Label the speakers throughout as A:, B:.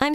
A: I'm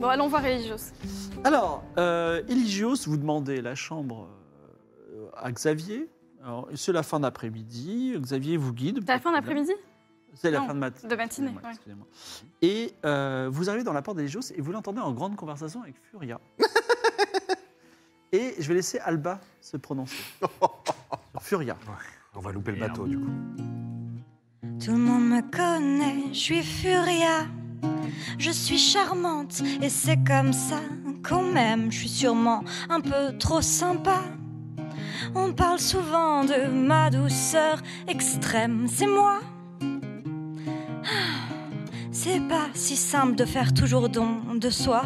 B: Bon, allons voir Eligios.
C: Alors, euh, Eligios, vous demandez la chambre euh, à Xavier. Alors, C'est la fin d'après-midi. Xavier vous guide.
B: C'est la fin d'après-midi
C: C'est la
B: Non,
C: fin de, mat-
B: de matinée,
C: excusez-moi,
B: ouais.
C: excusez-moi. Et euh, vous arrivez dans la porte d'Eligios et vous l'entendez en grande conversation avec Furia. et je vais laisser Alba se prononcer. Sur Furia.
D: On va louper le bateau, du coup.
E: Tout le monde me connaît, je suis Furia. Je suis charmante et c'est comme ça. Quand même, je suis sûrement un peu trop sympa. On parle souvent de ma douceur extrême, c'est moi. Ah, C'est pas si simple de faire toujours don de soi.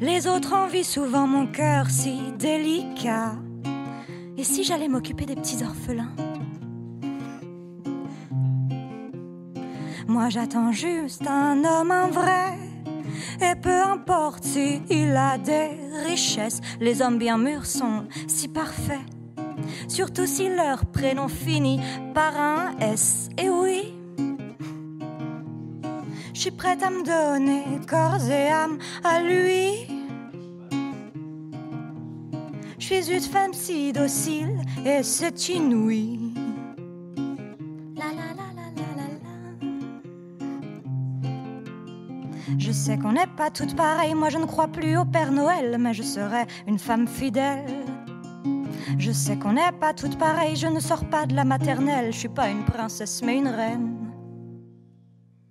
E: Les autres envient souvent mon cœur si délicat. Et si j'allais m'occuper des petits orphelins Moi j'attends juste un homme, un vrai. Et peu importe s'il a des richesses, les hommes bien mûrs sont si parfaits. Surtout si leur prénom finit par un S. Et oui, je suis prête à me donner corps et âme à lui. Je suis une femme si docile et c'est inouï. La la la la la la la. Je sais qu'on n'est pas toutes pareilles, moi je ne crois plus au Père Noël, mais je serai une femme fidèle. Je sais qu'on n'est pas toutes pareilles, je ne sors pas de la maternelle, je suis pas une princesse mais une reine.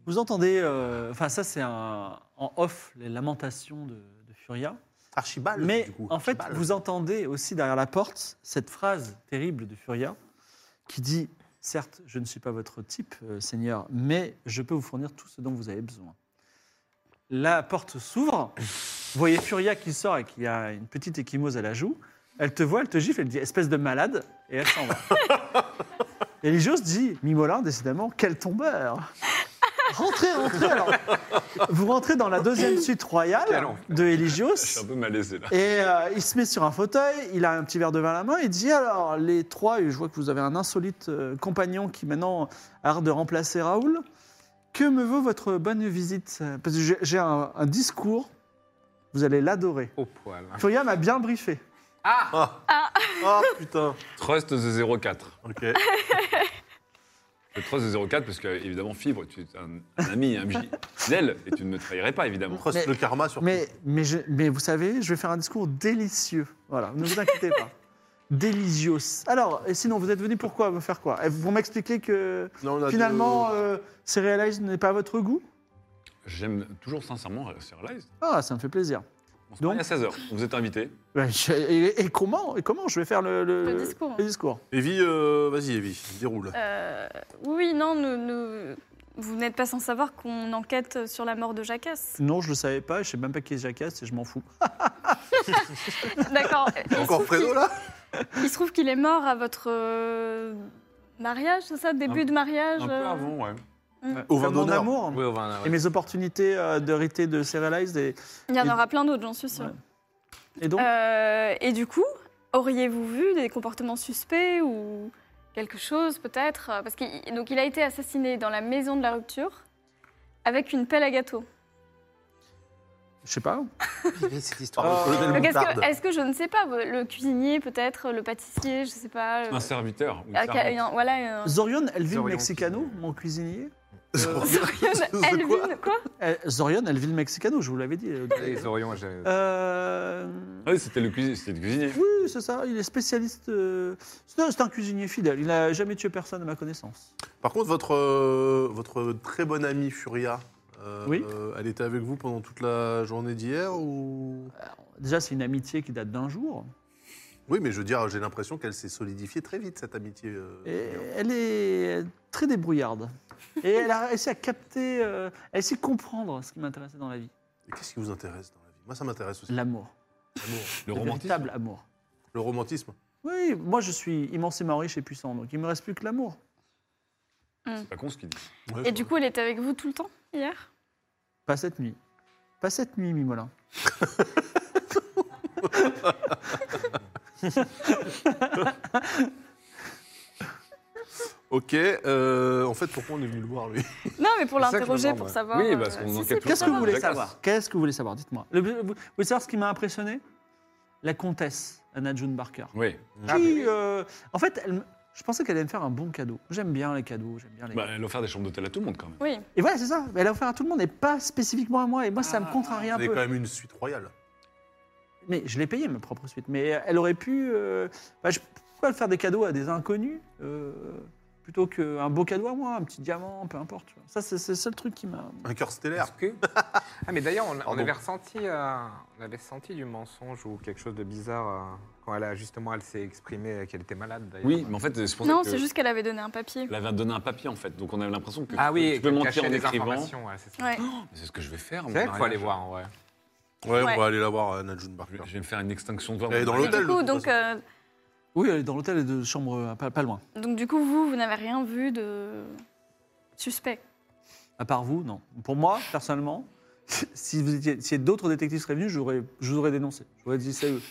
C: Vous entendez. euh, Enfin, ça, c'est un- en off les lamentations de, de Furia.
D: Archibald,
C: Mais
D: du coup.
C: en fait,
D: Archibald.
C: vous entendez aussi derrière la porte cette phrase terrible de Furia qui dit Certes, je ne suis pas votre type, euh, Seigneur, mais je peux vous fournir tout ce dont vous avez besoin. La porte s'ouvre. Vous voyez Furia qui sort et qui a une petite échymose à la joue. Elle te voit, elle te gifle, elle dit Espèce de malade, et elle s'en va. Eligios dit Mimolin, décidément, quel tombeur Rentrez, rentrez alors Vous rentrez dans la deuxième suite
D: Quel
C: royale
D: enfer. Ah,
C: de Eligios.
F: Je suis un peu malaisé là.
C: Et euh, il se met sur un fauteuil, il a un petit verre de vin à la main, il dit alors les trois, je vois que vous avez un insolite euh, compagnon qui maintenant a hâte de remplacer Raoul. Que me vaut votre bonne visite Parce que j'ai- j'ai un, un discours, vous allez l'adorer.
F: Oh.
D: Au poil.
C: Furia m'a bien briefé.
G: Ah putain.
F: Trust the 04.
G: Ok.
F: Le trust the 04 parce que évidemment fibre, tu es un, un ami, un MJ fidèle et tu ne me trahirais pas évidemment.
G: Trust
C: Mais-
G: le karma sur.
C: Mais, mais, je- mais vous savez, je vais faire un discours délicieux. Voilà, ne vous inquiétez pas. Délicieux. Alors, et sinon, vous êtes venu pourquoi Vous faire quoi Vous m'expliquez que
G: Non, on a
C: finalement,
G: de-
C: euh, Serial Eyes n'est pas à votre goût
F: J'aime toujours sincèrement Serialize.
C: Ah, ça me fait plaisir.
F: On se
C: Donc-
F: Donc... à 16h. Vous êtes invité.
C: Ben, je- et, et comment et comment je vais faire le, le-
B: Le discours.
C: le discours
G: Evie, euh, vas-y, Evie, déroule.
B: Euh, oui, non, nous, nous- vous n'êtes pas sans savoir qu'on enquête sur la mort de Jacasse.
C: Non, je le savais pas. Je sais même pas qui est Jacasse et je m'en fous.
B: D'accord. Il
C: Bah,
B: se
G: Encore
B: trouve
G: Fredo
B: qu'il-
G: là
B: Il se trouve qu'il est mort à votre euh, mariage, c'est ça Début
F: Un-
B: de mariage
F: Un peu
B: euh,
F: avant, ouais.
G: Au vin
C: Comme mon
G: d'honneur.
C: amour
D: Oui, on va.
C: et mes opportunités euh, d'hériter de Serialized. Et,
B: Il y en
C: Et-
B: aura plein d'autres, j'en suis sûre.
C: et donc,
B: Euh, et du coup, auriez-vous vu des comportements suspects ou quelque chose peut-être Parce qu'il donc, il a été assassiné dans la maison de la rupture avec une pelle à gâteau.
C: je sais pas.
D: cette
G: Par le colonel
B: Donc est-ce
G: Moutarde.
B: que, est-ce que je ne sais pas, euh, le cuisinier peut-être, le pâtissier, je sais pas. le-
F: Un serviteur. ou une
B: Ah,
F: servante.
B: un- voilà, un-
C: Zorion Elvin
D: Zorion,
C: Mexicano,
D: cuisinier.
C: mon cuisinier,
G: Euh,
B: Zorion,
G: C'est quoi
B: Elvin, quoi
C: Euh, Zorion, elle vit le Mexicano, je vous l'avais dit.
D: Les Orions, j'ai-
C: Euh,
F: Ah oui, c'était le, cuisi- c'était le cuisinier.
C: Oui, c'est ça, il est spécialiste. euh, C'est un- c'est un cuisinier fidèle, il n'a jamais tué personne à ma connaissance.
G: Par contre, votre, euh, votre très bonne amie Furia, euh,
C: Oui.
G: euh, elle était avec vous pendant toute la journée d'hier ou
C: Euh. Déjà, c'est une amitié qui date d'un jour.
G: Oui, mais je veux dire, j'ai l'impression qu'elle s'est solidifiée très vite, cette amitié. euh,
C: Et elle est très débrouillarde. Et elle a réussi à capter, euh, elle a essayé de comprendre ce qui m'intéressait dans la vie.
G: Et qu'est-ce qui vous intéresse dans la vie Moi, ça m'intéresse aussi.
C: L'amour.
G: L'amour,
C: Le
F: Le romantisme.
C: véritable amour.
G: le romantisme.
C: Oui, moi je suis immensément riche et puissant, donc il me reste plus que l'amour.
F: C'est pas con ce qu'il dit.
G: Ouais,
B: Et du coup, elle était avec vous tout le temps, hier
C: Pas cette nuit. Pas cette nuit, Mimolin.
G: Ok, euh, en fait, pourquoi on est venu le voir, lui
B: Non, mais pour
D: C'est ça que je me
B: l'interroger,
D: demande,
B: pour
D: ouais.
B: savoir...
F: Oui, parce qu'on enquête
B: c'est
F: tout
B: pour
F: le
C: Qu'est-ce que vous
B: savoir.
C: voulez
F: Jackass.
C: savoir Qu'est-ce que vous voulez savoir Dites-moi. Le- Vous vous voulez savoir ce qui m'a impressionné La comtesse Anna June Barker.
F: Ah, Oui.
B: Ah,
C: Qui, euh, en fait, elle m- je pensais qu'elle allait me faire un bon cadeau. J'aime bien les cadeaux, j'aime bien les.
F: Bah, elle a offert des chambres d'hôtel à tout le monde quand même.
B: Oui,
C: Et voilà, c'est ça. Elle a offert à tout le monde et pas spécifiquement à moi. Et moi, ça
F: Ah.
C: me contrarie un
G: Vous avez
C: peu.
G: quand même une suite royale.
C: Mais je l'ai payé ma propre suite. Mais euh, elle aurait pu. euh, bah, je- pourquoi faire des cadeaux à des inconnus euh, plutôt qu'un beau cadeau à moi, un petit diamant, peu importe. tu vois. Ça, c'est c'est le seul truc qui m'a.
G: Un cœur stellaire.
H: Est-ce que- Ah mais d'ailleurs, on, on
G: Pardon.
H: avait ressenti, euh, on avait senti du mensonge ou quelque chose de bizarre euh, quand elle a justement, elle s'est exprimée qu'elle était malade. d'ailleurs.
F: Oui, mais en fait, c'est pour ça
B: non,
F: que
B: c'est juste qu'elle avait donné un papier.
F: Elle avait donné un papier en fait, donc on avait l'impression que
H: Ah
F: tu-
H: oui,
F: tu peux
H: qu'elle
F: mentir
H: cachait
F: en
H: des
F: écrivant.
H: informations, ouais, c'est ça.
B: Ouais.
F: Mais C'est ce que je vais faire.
H: C'est
F: mon
H: vrai qu'il faut aller
F: mariage.
H: voir, en vrai.
G: Ouais,
B: Ouais.
G: on va aller la voir, Anna June
F: Je
G: Barker.
F: vais- je vais me faire une extinction de voix.
G: Elle est dans
B: Mais
G: l'hôtel,
B: du
G: de
B: coup,
G: toute
B: donc, euh,
C: Oui, elle est dans l'hôtel et de chambre euh, pas, pas loin.
B: donc, du coup, vous, vous n'avez rien vu de suspect.
C: À part vous, non. Pour moi, personnellement, si, vous étiez- si d'autres détectives seraient venus, j'aurais- je vous aurais dénoncé. J'aurais dit c'est eux.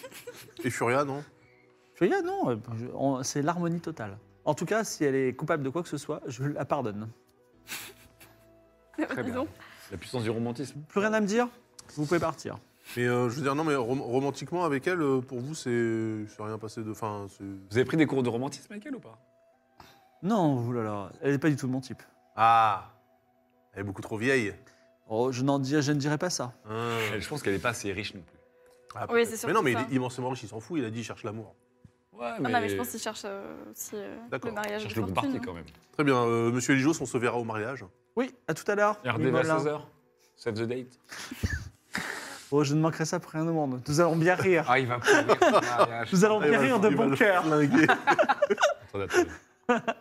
G: Et Furia, non
C: Je dis, ah non, euh, je- on- c'est l'harmonie totale. En tout cas, si elle est coupable de quoi que ce soit, je la pardonne.
H: bien.
B: Disons.
F: La puissance du romantisme.
C: Plus rien à me dire Vous pouvez partir.
G: Mais euh, je veux dire, non, mais rom- romantiquement, avec elle, euh, pour vous, c'est c'est rien passé de. Enfin, c'est-
F: Vous avez pris des cours de romantisme avec elle ou pas
C: Non, oulala, elle n'est pas du tout de mon type.
G: Ah Elle est beaucoup trop vieille.
C: Oh, je, n'en dis- je ne dirais pas ça.
G: Hein.
F: Elle, Je pense qu'elle n'est pas assez riche non plus.
G: Ah,
B: Oui,
G: peut-être.
B: c'est
G: Mais non,
B: surtout
G: mais
B: ça.
G: il est immensément riche, il s'en fout, il a dit il cherche l'amour.
F: Ouais,
B: Ah non, mais je pense qu'il cherche euh, aussi euh,
G: D'accord.
B: le mariage
F: cherche
B: de
F: le
B: fortune. hein.
F: bon parti quand même.
G: Très bien, euh, monsieur Elijo, on se verra au mariage.
C: Oui, à tout à l'heure.
F: RDV à
C: Mimola.
F: 16h. Save the date.
C: Oh, je ne manquerai ça pour rien au monde. Nous allons bien rire.
H: Ah, il va pourrir son mariage.
C: Nous allons
G: Il
C: bien
G: va-
C: rire de
G: Eh ben, il va
C: bon
G: le
C: cœur.
G: flinguer.
F: Attendez, attendez.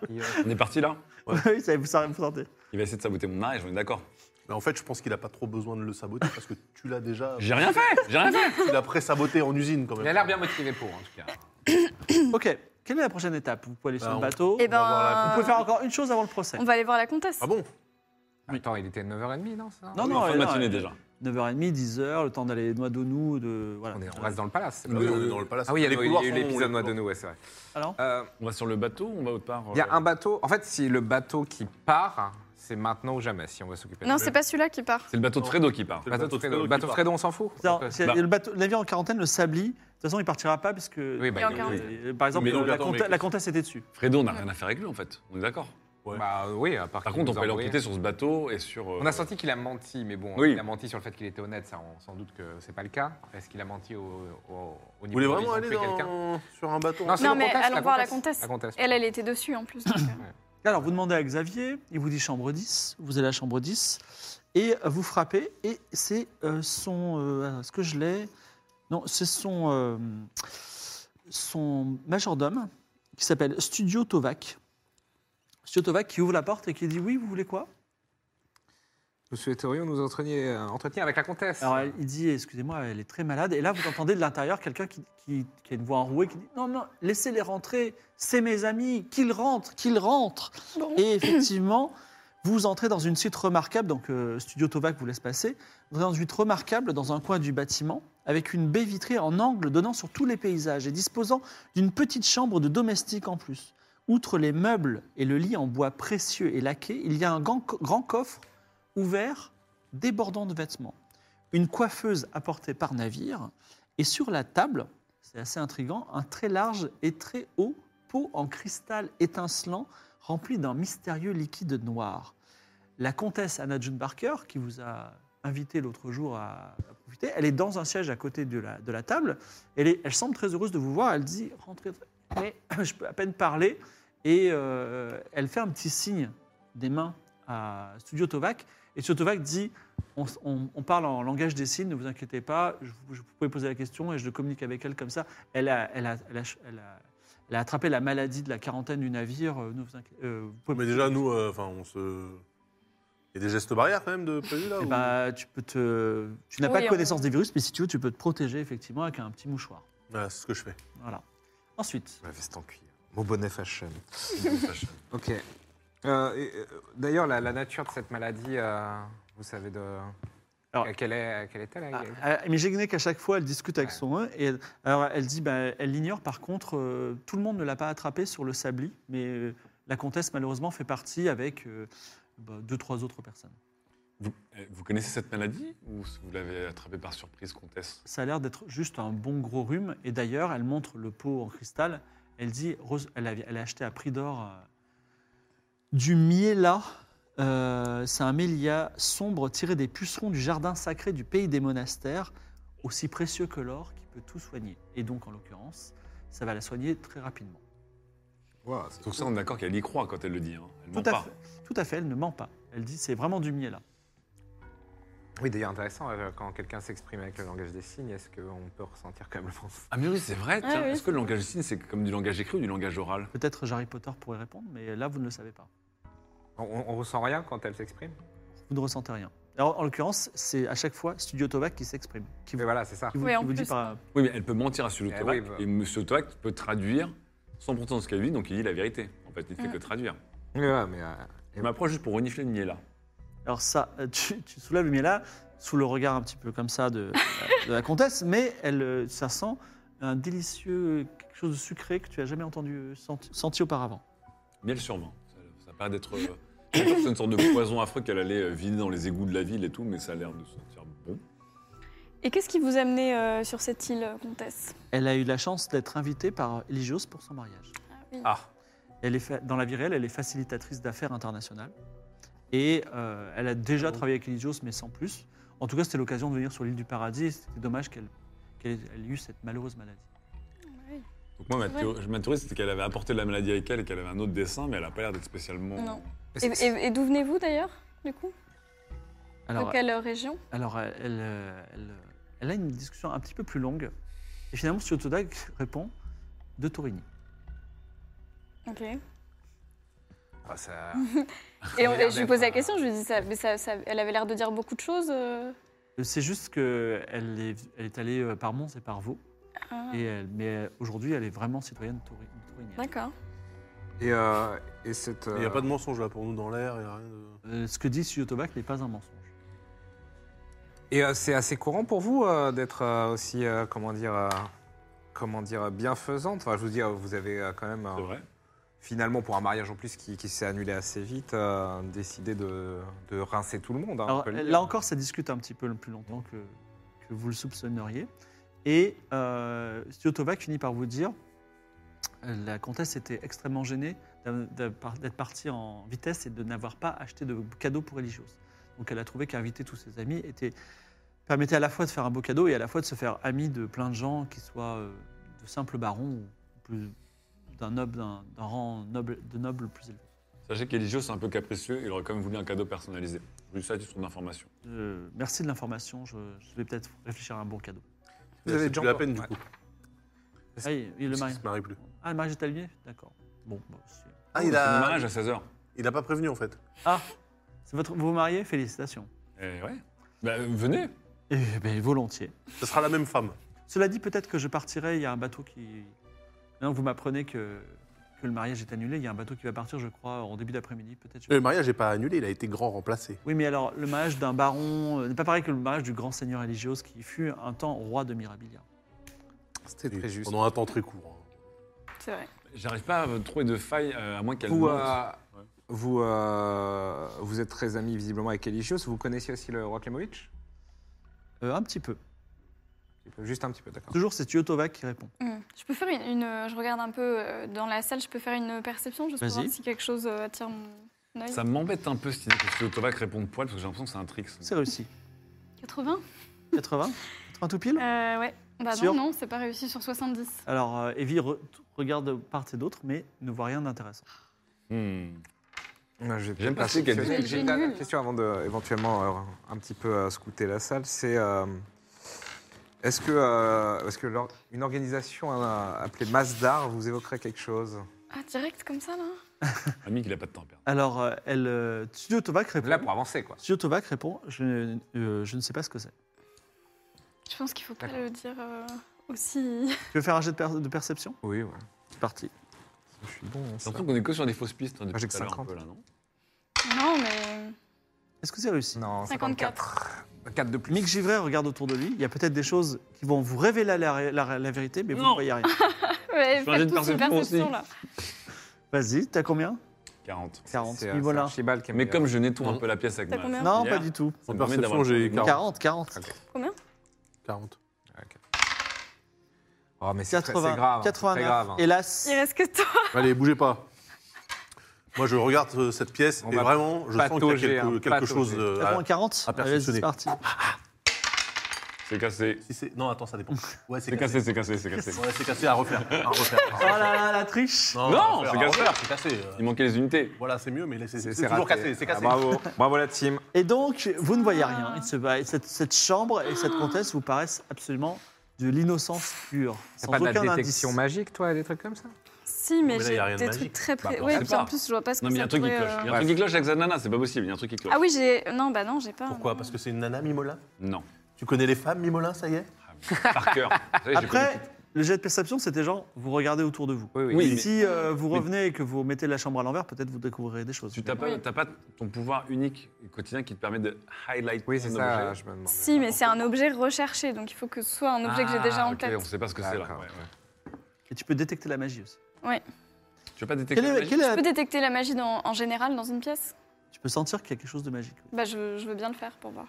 H: Il, euh,
F: On est parti là
C: Oui, ça va vous ça va vous sortir.
F: Il va essayer de saboter mon mariage, on est d'accord.
G: mais en fait, je pense qu'il a pas trop besoin de le saboter parce que tu l'as déjà.
F: J'ai rien fait J'ai rien fait
G: Tu l'as pré-saboté en usine quand même.
H: il a l'air bien motivé pour, en tout cas.
C: Ok, quelle est la prochaine étape Vous pouvez aller sur
G: Bah,
C: le
G: on-
C: bateau.
B: Hmm. Eh
G: va voir la-
C: Vous pouvez
B: ben,
C: faire encore une chose avant le procès.
B: on va aller voir la comtesse.
G: Ah bon
H: Attends, il était 9h30, non, c'est ça
C: Non, non,
F: En fin de
C: non,
F: matinée
C: elle-
F: déjà.
C: 9h30, 10h, le temps d'aller noix de nous, de. Voilà. Euh,
H: on, est- on reste dans le palace. c'est pas
G: Oui,
H: vrai.
G: on est dans le palace.
H: Ah oui, il y a,
G: Les
H: il y a
G: couloirs
H: eu
G: sont-
H: l'épisode Noix de nous, ouais, c'est vrai.
C: Alors
H: Euh,
F: On va sur le bateau, on va autre part.
H: Il y
F: euh,
H: a un bateau. En fait, si le bateau qui part, c'est maintenant ou jamais, si on veut s'occuper de
B: Non,
H: ça.
B: c'est pas celui-là qui part.
F: C'est le bateau de Fredo qui part.
G: C'est
H: Bateau de Fredo.
G: qui
H: Bateau de
G: part.
H: Fredo, on s'en fout.
C: Non,
H: Donc,
C: c'est-
F: bah-
C: le, bateau, le navire en quarantaine, le sabli, de toute façon, il partira pas parce que.
H: Oui, bah,
B: Et en
H: il-
B: quarantaine.
H: oui.
C: Euh, Par exemple,
F: Mais donc,
C: la,
G: attends,
C: comte-
G: mais-
C: la comtesse était dessus.
F: Fredo, on n'a rien à faire avec lui en fait. On est d'accord.
G: Ouais.
H: Bah oui, à part
F: Par
H: qu'il
F: contre, on
H: nous
F: peut aller
H: envoie.
F: enquêter sur ce bateau et sur. euh,
H: On a senti qu'il a menti, mais bon,
F: Oui.
H: il a menti sur le fait qu'il était honnête, ça, on, sans doute que c'est pas le cas. Est-ce qu'il a menti au, au, au
G: Vous
H: niveau
G: voulez
H: de
G: vraiment
H: ils ont
G: aller
H: tué quelqu'un
G: dans... sur un bateau
H: Non, c'est
B: Non,
H: la
B: mais
H: comtesse,
B: allons voir la comtesse.
H: La comtesse.
B: Elle, elle était dessus en plus. donc, euh,
C: Alors, vous demandez à Xavier, il vous dit chambre 10, vous allez à chambre 10, et vous frappez, et c'est euh, son. euh, Est-ce que je l'ai Non, c'est son. euh, son majordome, qui s'appelle Studio Tovac. Studio Tovac qui ouvre la porte et qui dit Oui, vous voulez quoi
H: Nous souhaiterions nous entretenir, euh, entretenir avec la comtesse.
C: Alors, elle- il dit Excusez-moi, elle est très malade. Et là, vous entendez de l'intérieur quelqu'un qui, qui- qui a une voix enrouée qui dit Non, non, laissez-les rentrer, c'est mes amis, qu'ils rentrent, qu'ils rentrent.
B: Bon.
C: Et effectivement, vous entrez dans une suite remarquable, donc euh, Studio Tovac vous laisse passer, vous entrez dans une suite remarquable dans un coin du bâtiment, avec une baie vitrée en angle donnant sur tous les paysages et disposant d'une petite chambre de domestique en plus. Outre les meubles et le lit en bois précieux et laqué, il y a un grand, co- grand coffre ouvert débordant de vêtements, une coiffeuse apportée par navire, et sur la table, c'est assez intrigant, un très large et très haut pot en cristal étincelant rempli d'un mystérieux liquide noir. La comtesse Anna June Barker, qui vous a invité l'autre jour à, à profiter, elle est dans un siège à côté de la, de la table. Elle, est- elle semble très heureuse de vous voir. Elle dit Rentrez, mais je peux à peine parler. Et euh, elle fait un petit signe des mains à Studio Tovac. Et Studio Tovac dit on, on- on parle en langage des signes, ne vous inquiétez pas, je, vous- je- vous pouvez poser la question et je le communique avec elle comme ça. Elle a, elle a- elle a- elle a- elle a attrapé la maladie de la quarantaine du navire. euh, ne vous inquiétez- euh, vous pouvez-
G: Mais déjà, nous, euh, enfin, on se. Il y a des gestes barrières quand même de prévu là
C: Eh
G: ou-
C: ben, tu peux te, tu n'as
B: Oui,
C: pas
B: on-
C: connaissance des virus, mais si tu veux, tu peux te protéger effectivement avec un petit mouchoir.
G: Ouais, C'est ce que je fais.
C: Voilà. Ensuite,
D: La veste en cuir. Mon bonnet fashion.
H: Ok. Euh, et, euh, D'ailleurs, la, la nature de cette maladie, euh, vous savez de.
C: Alors-
H: à quelle est- à quelle est-elle à-
C: Ah, ah, mais j'ai gagné qu'à chaque fois, elle discute avec
H: Ouais.
C: son E. Et elle, alors, elle dit, bah, elle l'ignore. Par contre, euh, tout le monde ne l'a pas attrapé sur le sabli, mais euh, la comtesse malheureusement fait partie avec euh, bah, deux trois autres personnes.
F: Vous, eh, vous connaissez cette maladie ou vous l'avez attrapée par surprise, comtesse
C: Ça a l'air d'être juste un bon gros rhume. Et d'ailleurs, elle montre le pot en cristal. Elle dit, Rose- elle, a, elle a acheté à prix d'or euh, du miella. Euh, c'est un mélia sombre tiré des pucerons du jardin sacré du pays des monastères, aussi précieux que l'or, qui peut tout soigner. Et donc, en l'occurrence, ça va la soigner très rapidement.
F: Donc ça, on est d'accord qu'elle y croit quand elle le dit. hein. Elle
C: Tout
F: ment
C: à,
F: pas.
C: fait, tout à fait, elle ne ment pas. Elle dit, c'est vraiment du miella.
H: Oui, d'ailleurs, intéressant, euh, quand quelqu'un s'exprime avec le langage des signes, est-ce qu'on peut ressentir comme le français
F: Ah mais oui, c'est vrai.
B: Ah
F: tiens.
B: oui,
F: Est-ce que le langage des signes, c'est comme du langage écrit ou du langage oral
C: Peut-être Harry Potter pourrait répondre, mais là, vous ne le savez pas.
H: on, on- on ressent rien quand elle s'exprime
C: Vous ne ressentez rien. Alors, en l'occurrence, c'est à chaque fois Studio Tobac qui s'exprime, qui
H: Mais
C: vous
H: voilà, c'est ça.
C: qui vous,
B: Oui,
C: qui
B: en
C: vous dit
B: plus.
C: par-
F: Oui, mais elle peut mentir à Monsieur
H: Eh
F: Tovac,
H: oui, bah.
F: et Monsieur Tovac peut traduire 100% de ce qu'elle dit, donc il dit la vérité. En fait, il ne fait
B: Mm.
F: que traduire.
H: Oui, ouais, mais. euh,
F: Il m'approche juste pour renifler le miel là.
C: Alors ça, euh, tu, tu soulèves le miela sous le regard un petit peu comme ça de, euh, de la comtesse, mais elle, euh, ça sent un délicieux quelque chose de sucré que tu as jamais entendu euh, senti, senti auparavant.
F: Miel sur vin. Ça, ça a pas d'être. euh, c'est une sorte de poison affreux qu'elle allait euh, vider dans les égouts de la ville et tout, mais ça a l'air de sentir bon.
B: Et qu'est-ce qui vous a amené euh, sur cette île, comtesse
C: Elle a eu la chance d'être invitée par Eligios pour son mariage.
F: Ah,
C: Elle est fa- dans la vie réelle, elle est facilitatrice d'affaires internationales et euh, elle a déjà travaillé avec Eligios, mais sans plus. En tout cas, c'était l'occasion de venir sur l'île du paradis. et C'était dommage qu'elle qu'elle ait- elle ait eu cette malheureuse maladie.
F: Donc moi, ma,
B: C'est vrai.
F: théo- ma théorie, c'était qu'elle avait apporté la maladie avec elle et qu'elle avait un autre dessin, mais elle n'a pas l'air d'être spécialement...
B: Non.
H: mais
B: Et,
H: c'est- c'est-
B: et- et d'où venez-vous d'ailleurs, du coup
C: Alors,
B: De quelle euh, région
C: Alors, elle, elle, euh, elle, euh, elle a une discussion un petit peu plus longue. Et finalement, Monsieur Todag répond de Torigny.
B: Ok.
H: ah, ça-
B: Et, on-
H: Ça a l'air
B: je lui
H: d'être,
B: pose la
H: euh,
B: question, je lui dis ça, mais ça, ça- elle avait l'air de dire beaucoup de choses. euh.
C: Euh, C'est juste qu'elle est, elle est allée euh, par Mons et par Vaud.
B: Ah,
C: Et elle, mais euh, aujourd'hui, elle est vraiment citoyenne tauri- tourignienne.
B: D'accord.
H: Et, euh, et cette. euh,
G: Il n'y a pas de mensonge là pour nous dans l'air, il n'y a rien de.
C: Euh, ce que dit Monsieur Tobac n'est pas un mensonge.
H: Et euh, c'est assez courant pour vous euh, d'être euh, aussi, euh, comment dire, euh, comment dire, euh, bienfaisante. Enfin, je vous dis, euh, vous avez euh, quand même, euh,
F: C'est vrai.
H: finalement, pour un mariage en plus qui, qui s'est annulé assez vite, euh, décidé de, de rincer tout le monde. hein, on
C: Alors,
H: peut le dire.
C: là encore, ça discute un petit peu plus longtemps que, que vous le soupçonneriez. Et euh, Studio Tobac finit par vous dire euh, la comtesse était extrêmement gênée d'a- d'a- par- d'être partie en vitesse et de n'avoir pas acheté de cadeau pour Eligios. Donc elle a trouvé qu'inviter tous ses amis était, permettait à la fois de faire un beau cadeau et à la fois de se faire ami de plein de gens, qui soient euh, de simples barons ou plus d'un noble, d'un d'un rang noble, de noble plus élevé.
F: Sachez qu'Eligio, c'est un peu capricieux, il aurait quand même voulu un cadeau personnalisé. Je vous dis ça à titre d'information.
C: Euh, merci de l'information, je, je vais peut-être réfléchir à un bon cadeau.
H: Vous avez
G: C'est
H: déjà
G: plus la
H: encore-
G: peine du
H: ouais.
G: coup.
C: Ah, il- il- le
G: Parce qu'il
C: mari.
G: se marie plus.
C: Ah, le mariage est annulé D'accord. Bon, bah, c'est-
G: Ah,
F: C'est
G: il
F: le
G: a,
F: mariage à 16h.
G: il a pas prévenu en fait.
C: Ah, c'est votre... vous vous mariez Félicitations.
F: Eh ouais. Bah, venez.
C: Eh bien, volontiers.
G: Ce sera la même femme.
C: Cela dit, peut-être que je partirai, il y a un bateau qui... Maintenant que vous m'apprenez que... que le mariage est annulé, il y a un bateau qui va partir, je crois, en début d'après-midi, peut-être. je-
G: Le mariage n'est pas annulé, il a été grand remplacé.
C: Oui, mais alors, le mariage d'un baron euh, n'est pas pareil que le mariage du grand seigneur religieux qui fut un temps roi de Mirabilia.
H: C'était
G: Et
H: très juste.
G: Pendant un temps très court. hein.
B: C'est vrai.
F: J'arrive pas à trouver de faille, euh, à moins qu'elle
H: Vous,
F: mente.
H: euh,
F: Ouais.
H: vous, euh, vous êtes très amis visiblement avec Eligios. Vous connaissiez aussi le roi Klemovic
C: Euh, un petit peu.
H: Juste un petit peu, d'accord.
C: Toujours, c'est Tiotovac qui répond.
B: Hmm. Je peux faire une, euh, une- Je regarde un peu euh, dans la salle, je peux faire une perception juste pour
C: Vas-y.
B: voir si quelque chose euh, attire mon, Noël.
F: Ça m'embête un peu cette idée que Tovac réponde poil parce que j'ai l'impression que c'est un trick. ça.
C: C'est réussi.
B: 80
C: 80 80 tout pile
B: Euh, ouais. Bah
C: Sûr
B: non, non, c'est pas réussi sur 70.
C: Alors, euh, Evie re- regarde de part et d'autre, mais ne voit rien d'intéressant.
F: Hmm.
H: Ouais, j'ai-
F: J'aime passer quelques-
H: J'ai- J'ai une
B: J'ai
H: dernière
B: nul.
H: question avant de euh, éventuellement euh, un petit peu euh, scouter la salle. C'est euh, est-ce que euh, est-ce que l'or- une organisation euh, appelée Masdar vous évoquerait quelque chose
B: Ah, direct comme ça, là
F: Ami qu'il a pas de temps à perdre.
C: Alors, euh, elle, euh, Studio Tovac répond.
H: Là pour avancer quoi.
C: Studio Tovac répond je, euh, je ne sais pas ce que c'est.
B: Je pense qu'il faut pas
H: D'accord.
B: le dire euh, aussi.
C: Tu veux faire un jet de, per- de perception
H: Oui, ouais.
C: C'est parti.
H: je suis bon. hein,
F: J'ai
H: ça.
F: l'impression qu'on est que sur des fausses pistes. hein, depuis
H: Ah, j'ai
F: tout à l'heure, un
H: 50.
F: peu, là, non
B: Non, mais.
C: Est-ce que c'est réussi
H: Non,
B: 54.
H: 4 Euh, de plus.
C: Mick Givray regarde autour de lui. Il y a peut-être des choses qui vont vous révéler la, la- la vérité, mais vous
F: Non.
C: ne voyez rien.
B: Ouais,
F: Je
B: faites
F: vais
B: tous
F: changer de
B: une
F: perception
B: perception,
F: aussi.
B: là.
C: Vas-y, t'as combien
F: 40.
C: 40.
H: C'est, euh,
C: Niveau
H: c'est
C: là.
H: Archibald qui est
F: Mais
H: meilleur.
F: comme je nettoie un
G: Non.
F: peu la pièce avec
B: T'as
F: ma
B: combien
C: Non,
F: hier,
C: pas du tout.
F: ça me
G: En
F: permet d'avoir
G: perception, j'ai
F: une-
C: 40, 40.
B: Combien
G: 40.
H: Oh mais c'est,
C: 80,
H: très, c'est grave. hein, c'est très
C: 89.
H: grave. hein.
C: Hélas,
B: Il reste que toi.
G: Allez, bougez pas. Moi, je regarde euh, cette pièce
H: On
G: et
H: va
G: vraiment, je sens qu'il y a
H: patauger,
G: quelque,
H: hein,
G: quelque
H: patauger.
G: chose. euh,
C: t'as
G: à-
C: moins 40
G: à
C: Allez, c'est
G: perfectionner.
C: parti.
F: C'est cassé.
G: si c'est- non, attends, ça dépend. Ouais,
F: C'est cassé, c'est cassé, c'est cassé.
G: Ouais, c'est cassé à refaire. À refaire.
C: Oh là là, la triche
G: Non,
F: Non,
G: à refaire,
F: c'est
G: à
F: cassé.
G: refaire, C'est cassé. euh.
F: Il manquait les unités.
G: Voilà, c'est mieux, mais là, c'est c'est
H: raté.
G: toujours cassé. C'est
H: Ah,
G: cassé.
H: bravo, bravo la team.
C: Et donc, vous ne voyez rien. Il se bat. Et cette, cette chambre et cette comtesse vous paraissent absolument de l'innocence pure,
H: T'as
C: sans
H: pas de la
C: aucun
H: détection
C: indice.
H: magique toi, des trucs comme ça
B: Si, mais,
G: mais là,
B: j'ai
G: y a rien de
B: des
G: magique.
B: trucs très
F: Bah,
B: près.
F: on
B: ouais,
F: sait
B: puis
F: pas.
B: en plus, je vois pas ce
F: Non,
B: que
F: mais il y a
B: ça
F: un truc qui
B: pourrait,
F: cloche. Il y a un
H: Bref.
F: truc qui cloche avec Zanana, c'est pas possible. Il y a un truc qui
B: euh,
F: cloche.
B: Ah oui, j'ai. Non, bah non, j'ai pas.
G: Pourquoi Parce que c'est une nana Mimola
F: Non.
G: Tu connais les femmes Mimola, ça y est
F: Par cœur. Vous savez, j'ai
C: Après,
F: connu-
C: le jet de perception, c'était genre, vous regardez autour de vous.
H: oui.
F: Oui, mais-
C: si euh, vous revenez et que vous mettez la chambre à l'envers, peut-être vous découvrirez des choses.
F: Tu n'as pas, t'as pas ton pouvoir unique et quotidien qui te permet de highlight
H: Oui, c'est
F: un
H: ça,
F: objet.
H: je me demande.
B: Si, mais c'est un objet recherché, donc il faut que ce soit un objet que j'ai déjà
F: Ah,
B: en
F: ok, On
B: tête.
F: sait pas ce que c'est là.
H: D'accord.
F: ouais, ouais.
C: Et tu peux détecter la magie aussi.
F: Tu veux pas détecter
C: Quelle est-
F: la magie
C: quelle est
B: Je
C: la-
B: peux détecter la magie dans- en général dans une pièce
C: Tu peux sentir qu'il y a quelque chose de magique.
B: Bah, je, je veux bien le faire pour voir.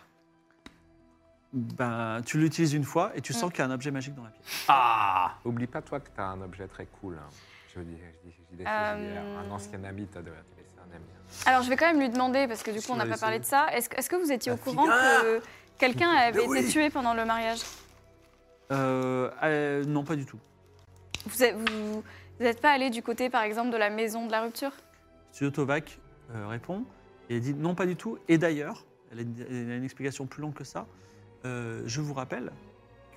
C: Ben, tu l'utilises une fois et tu
B: Mm.
C: sens qu'il y a un objet magique dans la pièce.
H: Ah Oublie pas, toi, que t'as un objet très cool. hein. Je dis, je dis, je dis des choses
B: Euh,
H: hier. Un ancien ami, t'as de mais c'est un ami. hein.
B: Alors, je vais quand même lui demander, parce que du coup, on n'a pas parlé de ça. Est-ce que, est-ce que vous étiez au courant que quelqu'un avait été tué pendant le mariage
C: Euh, euh, non, pas du tout.
B: Vous êtes- vous- vous n'êtes pas allé du côté, par exemple, de la maison de la rupture
C: Studio Tovac euh, répond et dit non, pas du tout. Et d'ailleurs, elle a une, elle a une explication plus longue que ça. Euh, je vous rappelle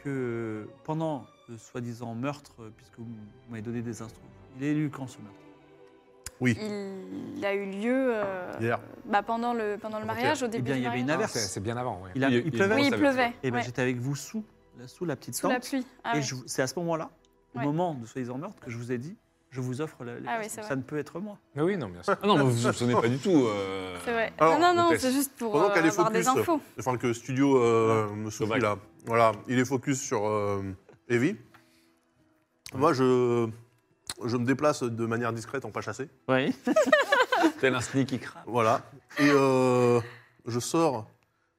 C: que pendant le soi-disant meurtre, euh, puisque vous m'avez donné des instructions, il est élu quand ce meurtre
G: Oui.
B: Il a eu lieu euh,
G: Hier.
B: bah, pendant le, pendant le
G: Avant-hier.
B: mariage, au
F: Eh
B: début
C: bien,
B: du
C: il y avait une
B: mariage.
H: Non,
C: Inverse.
H: C'est c'est bien avant, oui.
C: Il, a,
F: Il-
C: il
F: il-
C: pleuvait
B: Oui, il
F: Ça- Eh
B: pleuvait.
C: Et ben,
B: ouais,
C: j'étais avec vous sous, la- sous la petite
B: sous la
C: tente.
B: pluie. Ah,
C: et
B: ouais.
C: je vous- c'est à ce moment-là, au
B: Ouais.
C: moment de soi-disant meurtre, que je vous ai dit je vous offre la, les
B: Ah oui,
C: personnes.
B: c'est
C: Ça
B: vrai.
C: ne peut être moi.
H: Mais oui, non, bien sûr.
F: Ah non, mais vous vous souvenez pas du tout. euh,
B: C'est vrai.
G: Alors,
B: non, non, non,
F: comtesse,
B: c'est juste pour
G: pendant
B: euh,
G: qu'elle est
B: avoir des
G: focus,
B: infos.
G: Enfin, que Studio euh, me souffle
F: Tovac.
G: là. Voilà, il est focus sur euh, Evie. Moi, je, je me déplace de manière discrète en pas chassé.
C: Oui.
F: Tel un sneak qui craint.
G: Voilà. Et euh, je sors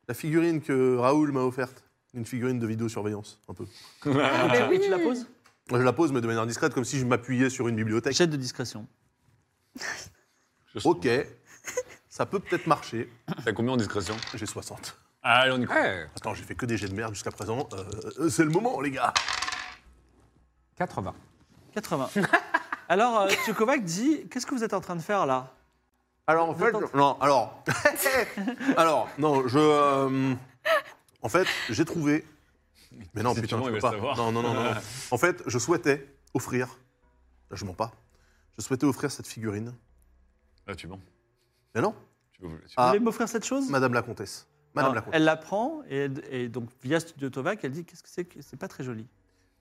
G: la figurine que Raoul m'a offerte. Une figurine de vidéosurveillance, un peu.
C: Ah,
B: Ah,
C: Et tu la poses
G: Je la pose, mais de manière discrète, comme si je m'appuyais sur une bibliothèque.
C: Jet de discrétion.
G: Ok, ça peut peut-être marcher.
F: T'as combien en discrétion
G: J'ai 60.
B: Ah,
F: Allez, on y croit.
H: Ouais,
G: Attends, j'ai fait que des jets de merde jusqu'à présent. Euh, euh, c'est le moment, les gars.
H: 80.
C: 80. Alors, euh, Tchokovac dit Qu'est-ce que vous êtes en train de faire là
G: Alors en fait,
C: Attends.
G: je- non, alors, alors non, je, euh, en fait, j'ai trouvé. Mais non,
F: Si
G: putain,
F: tu mens,
G: je peux
F: il va
G: pas.
F: le savoir.
G: Non, non, non, non. non. En fait, je souhaitais offrir. Là, je mens pas. Je souhaitais offrir cette figurine.
F: Ah, tu mens.
G: Mais non,
F: Tu veux- tu-
C: Vous
G: Ah.
C: voulez m'offrir cette chose
G: Madame la comtesse. Madame
C: Alors,
G: la comtesse.
C: Ah, Elle la prend et, et donc via Studio Tovac, elle dit Qu'est-ce que c'est que c'est pas très joli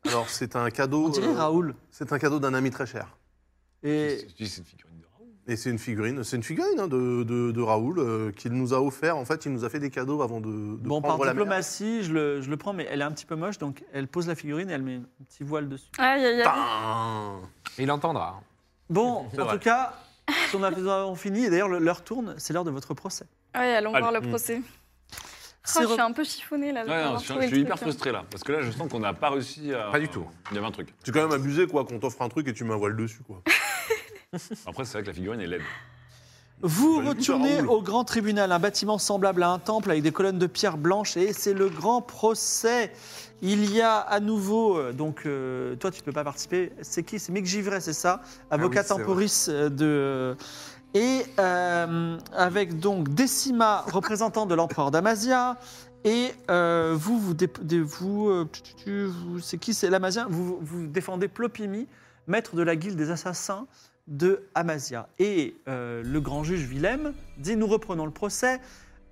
G: Alors c'est un
C: On
G: cadeau.
C: dirait
G: euh,
C: Raoul.
G: c'est un cadeau d'un ami très cher.
C: Et
F: tu dis c'est une figurine de
B: Ah,
F: Raoul.
G: Et c'est une figurine, c'est une figurine hein, de, de- de Raoul euh, qu'il nous a offert. En fait, il nous a fait des cadeaux avant de, de
C: bon, par
G: prendre la mer.
C: diplomatie, je le, je le prends, mais elle est un petit peu moche, donc elle pose la figurine et elle met un petit voile dessus.
B: Aïe, aïe, aïe.
G: Putain
H: Il entendra. hein.
C: Bon,
F: C'est
C: en
F: vrai.
C: tout cas, si on a- nous avons fini, et d'ailleurs, le- l'heure tourne, c'est l'heure de votre procès.
B: Ouais, allons
F: Allez.
B: voir le
G: Mm.
B: procès. Oh,
C: C'est
B: je
C: re-
B: suis un peu chiffonnée là. de
F: Ouais,
B: pas
F: non,
B: avoir
F: je suis,
B: trouvé
F: je
B: le
F: suis hyper
B: truc, hein.
F: frustré là. Parce que là, je sens qu'on n'a pas réussi à.
H: Pas du tout.
F: Il y avait un truc.
G: C'est quand même abusé quoi qu'on t'offre un truc et tu m'invoies le dessus quoi.
F: Après, c'est vrai que la figurine est laide.
C: Vous
G: Bah, écoute,
C: retournez
G: Raoul.
C: au grand tribunal, un bâtiment semblable à un temple avec des colonnes de pierre blanche et c'est le grand procès. Il y a à nouveau, euh, donc euh, toi tu peux pas participer, c'est qui C'est Mick Givray, c'est ça Avocat
H: Ah oui, c'est vrai.
C: temporis euh, de... Et euh, avec donc Décima, représentant de l'empereur Damasia, et euh, vous, vous, dé- dé- vous, euh, tu- tu- tu- vous- c'est qui C'est l'Amazien vous, vous défendez Plopimi, maître de la guilde des assassins de Amasia. Et euh, le grand juge Willem dit Nous reprenons le procès.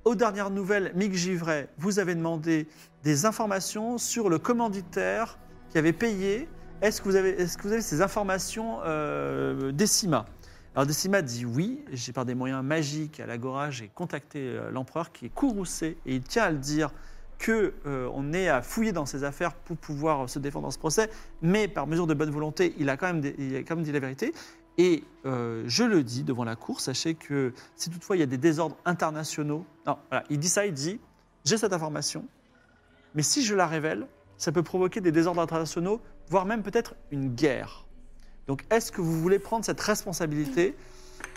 C: Aux dernières nouvelles, Mick Givray vous avez demandé des informations sur le commanditaire qui avait payé. Est-ce que vous avez, est-ce que vous avez ces informations, euh, Décima Alors Décima dit oui. J'ai par des moyens magiques à l'agora, j'ai contacté euh, l'empereur qui est courroucé et il tient à le dire que euh, on est à fouiller dans ses affaires pour pouvoir euh, se défendre dans ce procès. Mais par mesure de bonne volonté, il a quand même, des- il a quand même dit la vérité. Et euh, je le dis devant la cour, sachez que si toutefois il y a des désordres internationaux, non, voilà, il dit ça, il dit j'ai cette information, mais si je la révèle, ça peut provoquer des désordres internationaux, voire même peut-être une guerre. Donc est-ce que vous voulez prendre cette responsabilité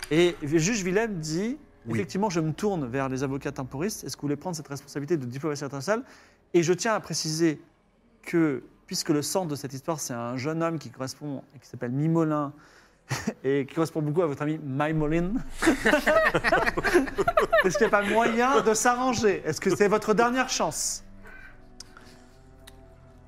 C: Et le juge Willem dit
D: Oui.
C: effectivement, je me tourne vers les avocats temporistes, est-ce que vous voulez prendre cette responsabilité de diplomatie internationale Et je tiens à préciser que, puisque le centre de cette histoire, c'est un jeune homme qui correspond, qui s'appelle Mimolin, et qui correspond beaucoup à votre ami Mimolin, est-ce qu'il n'y a pas moyen de s'arranger Est-ce que c'est votre dernière chance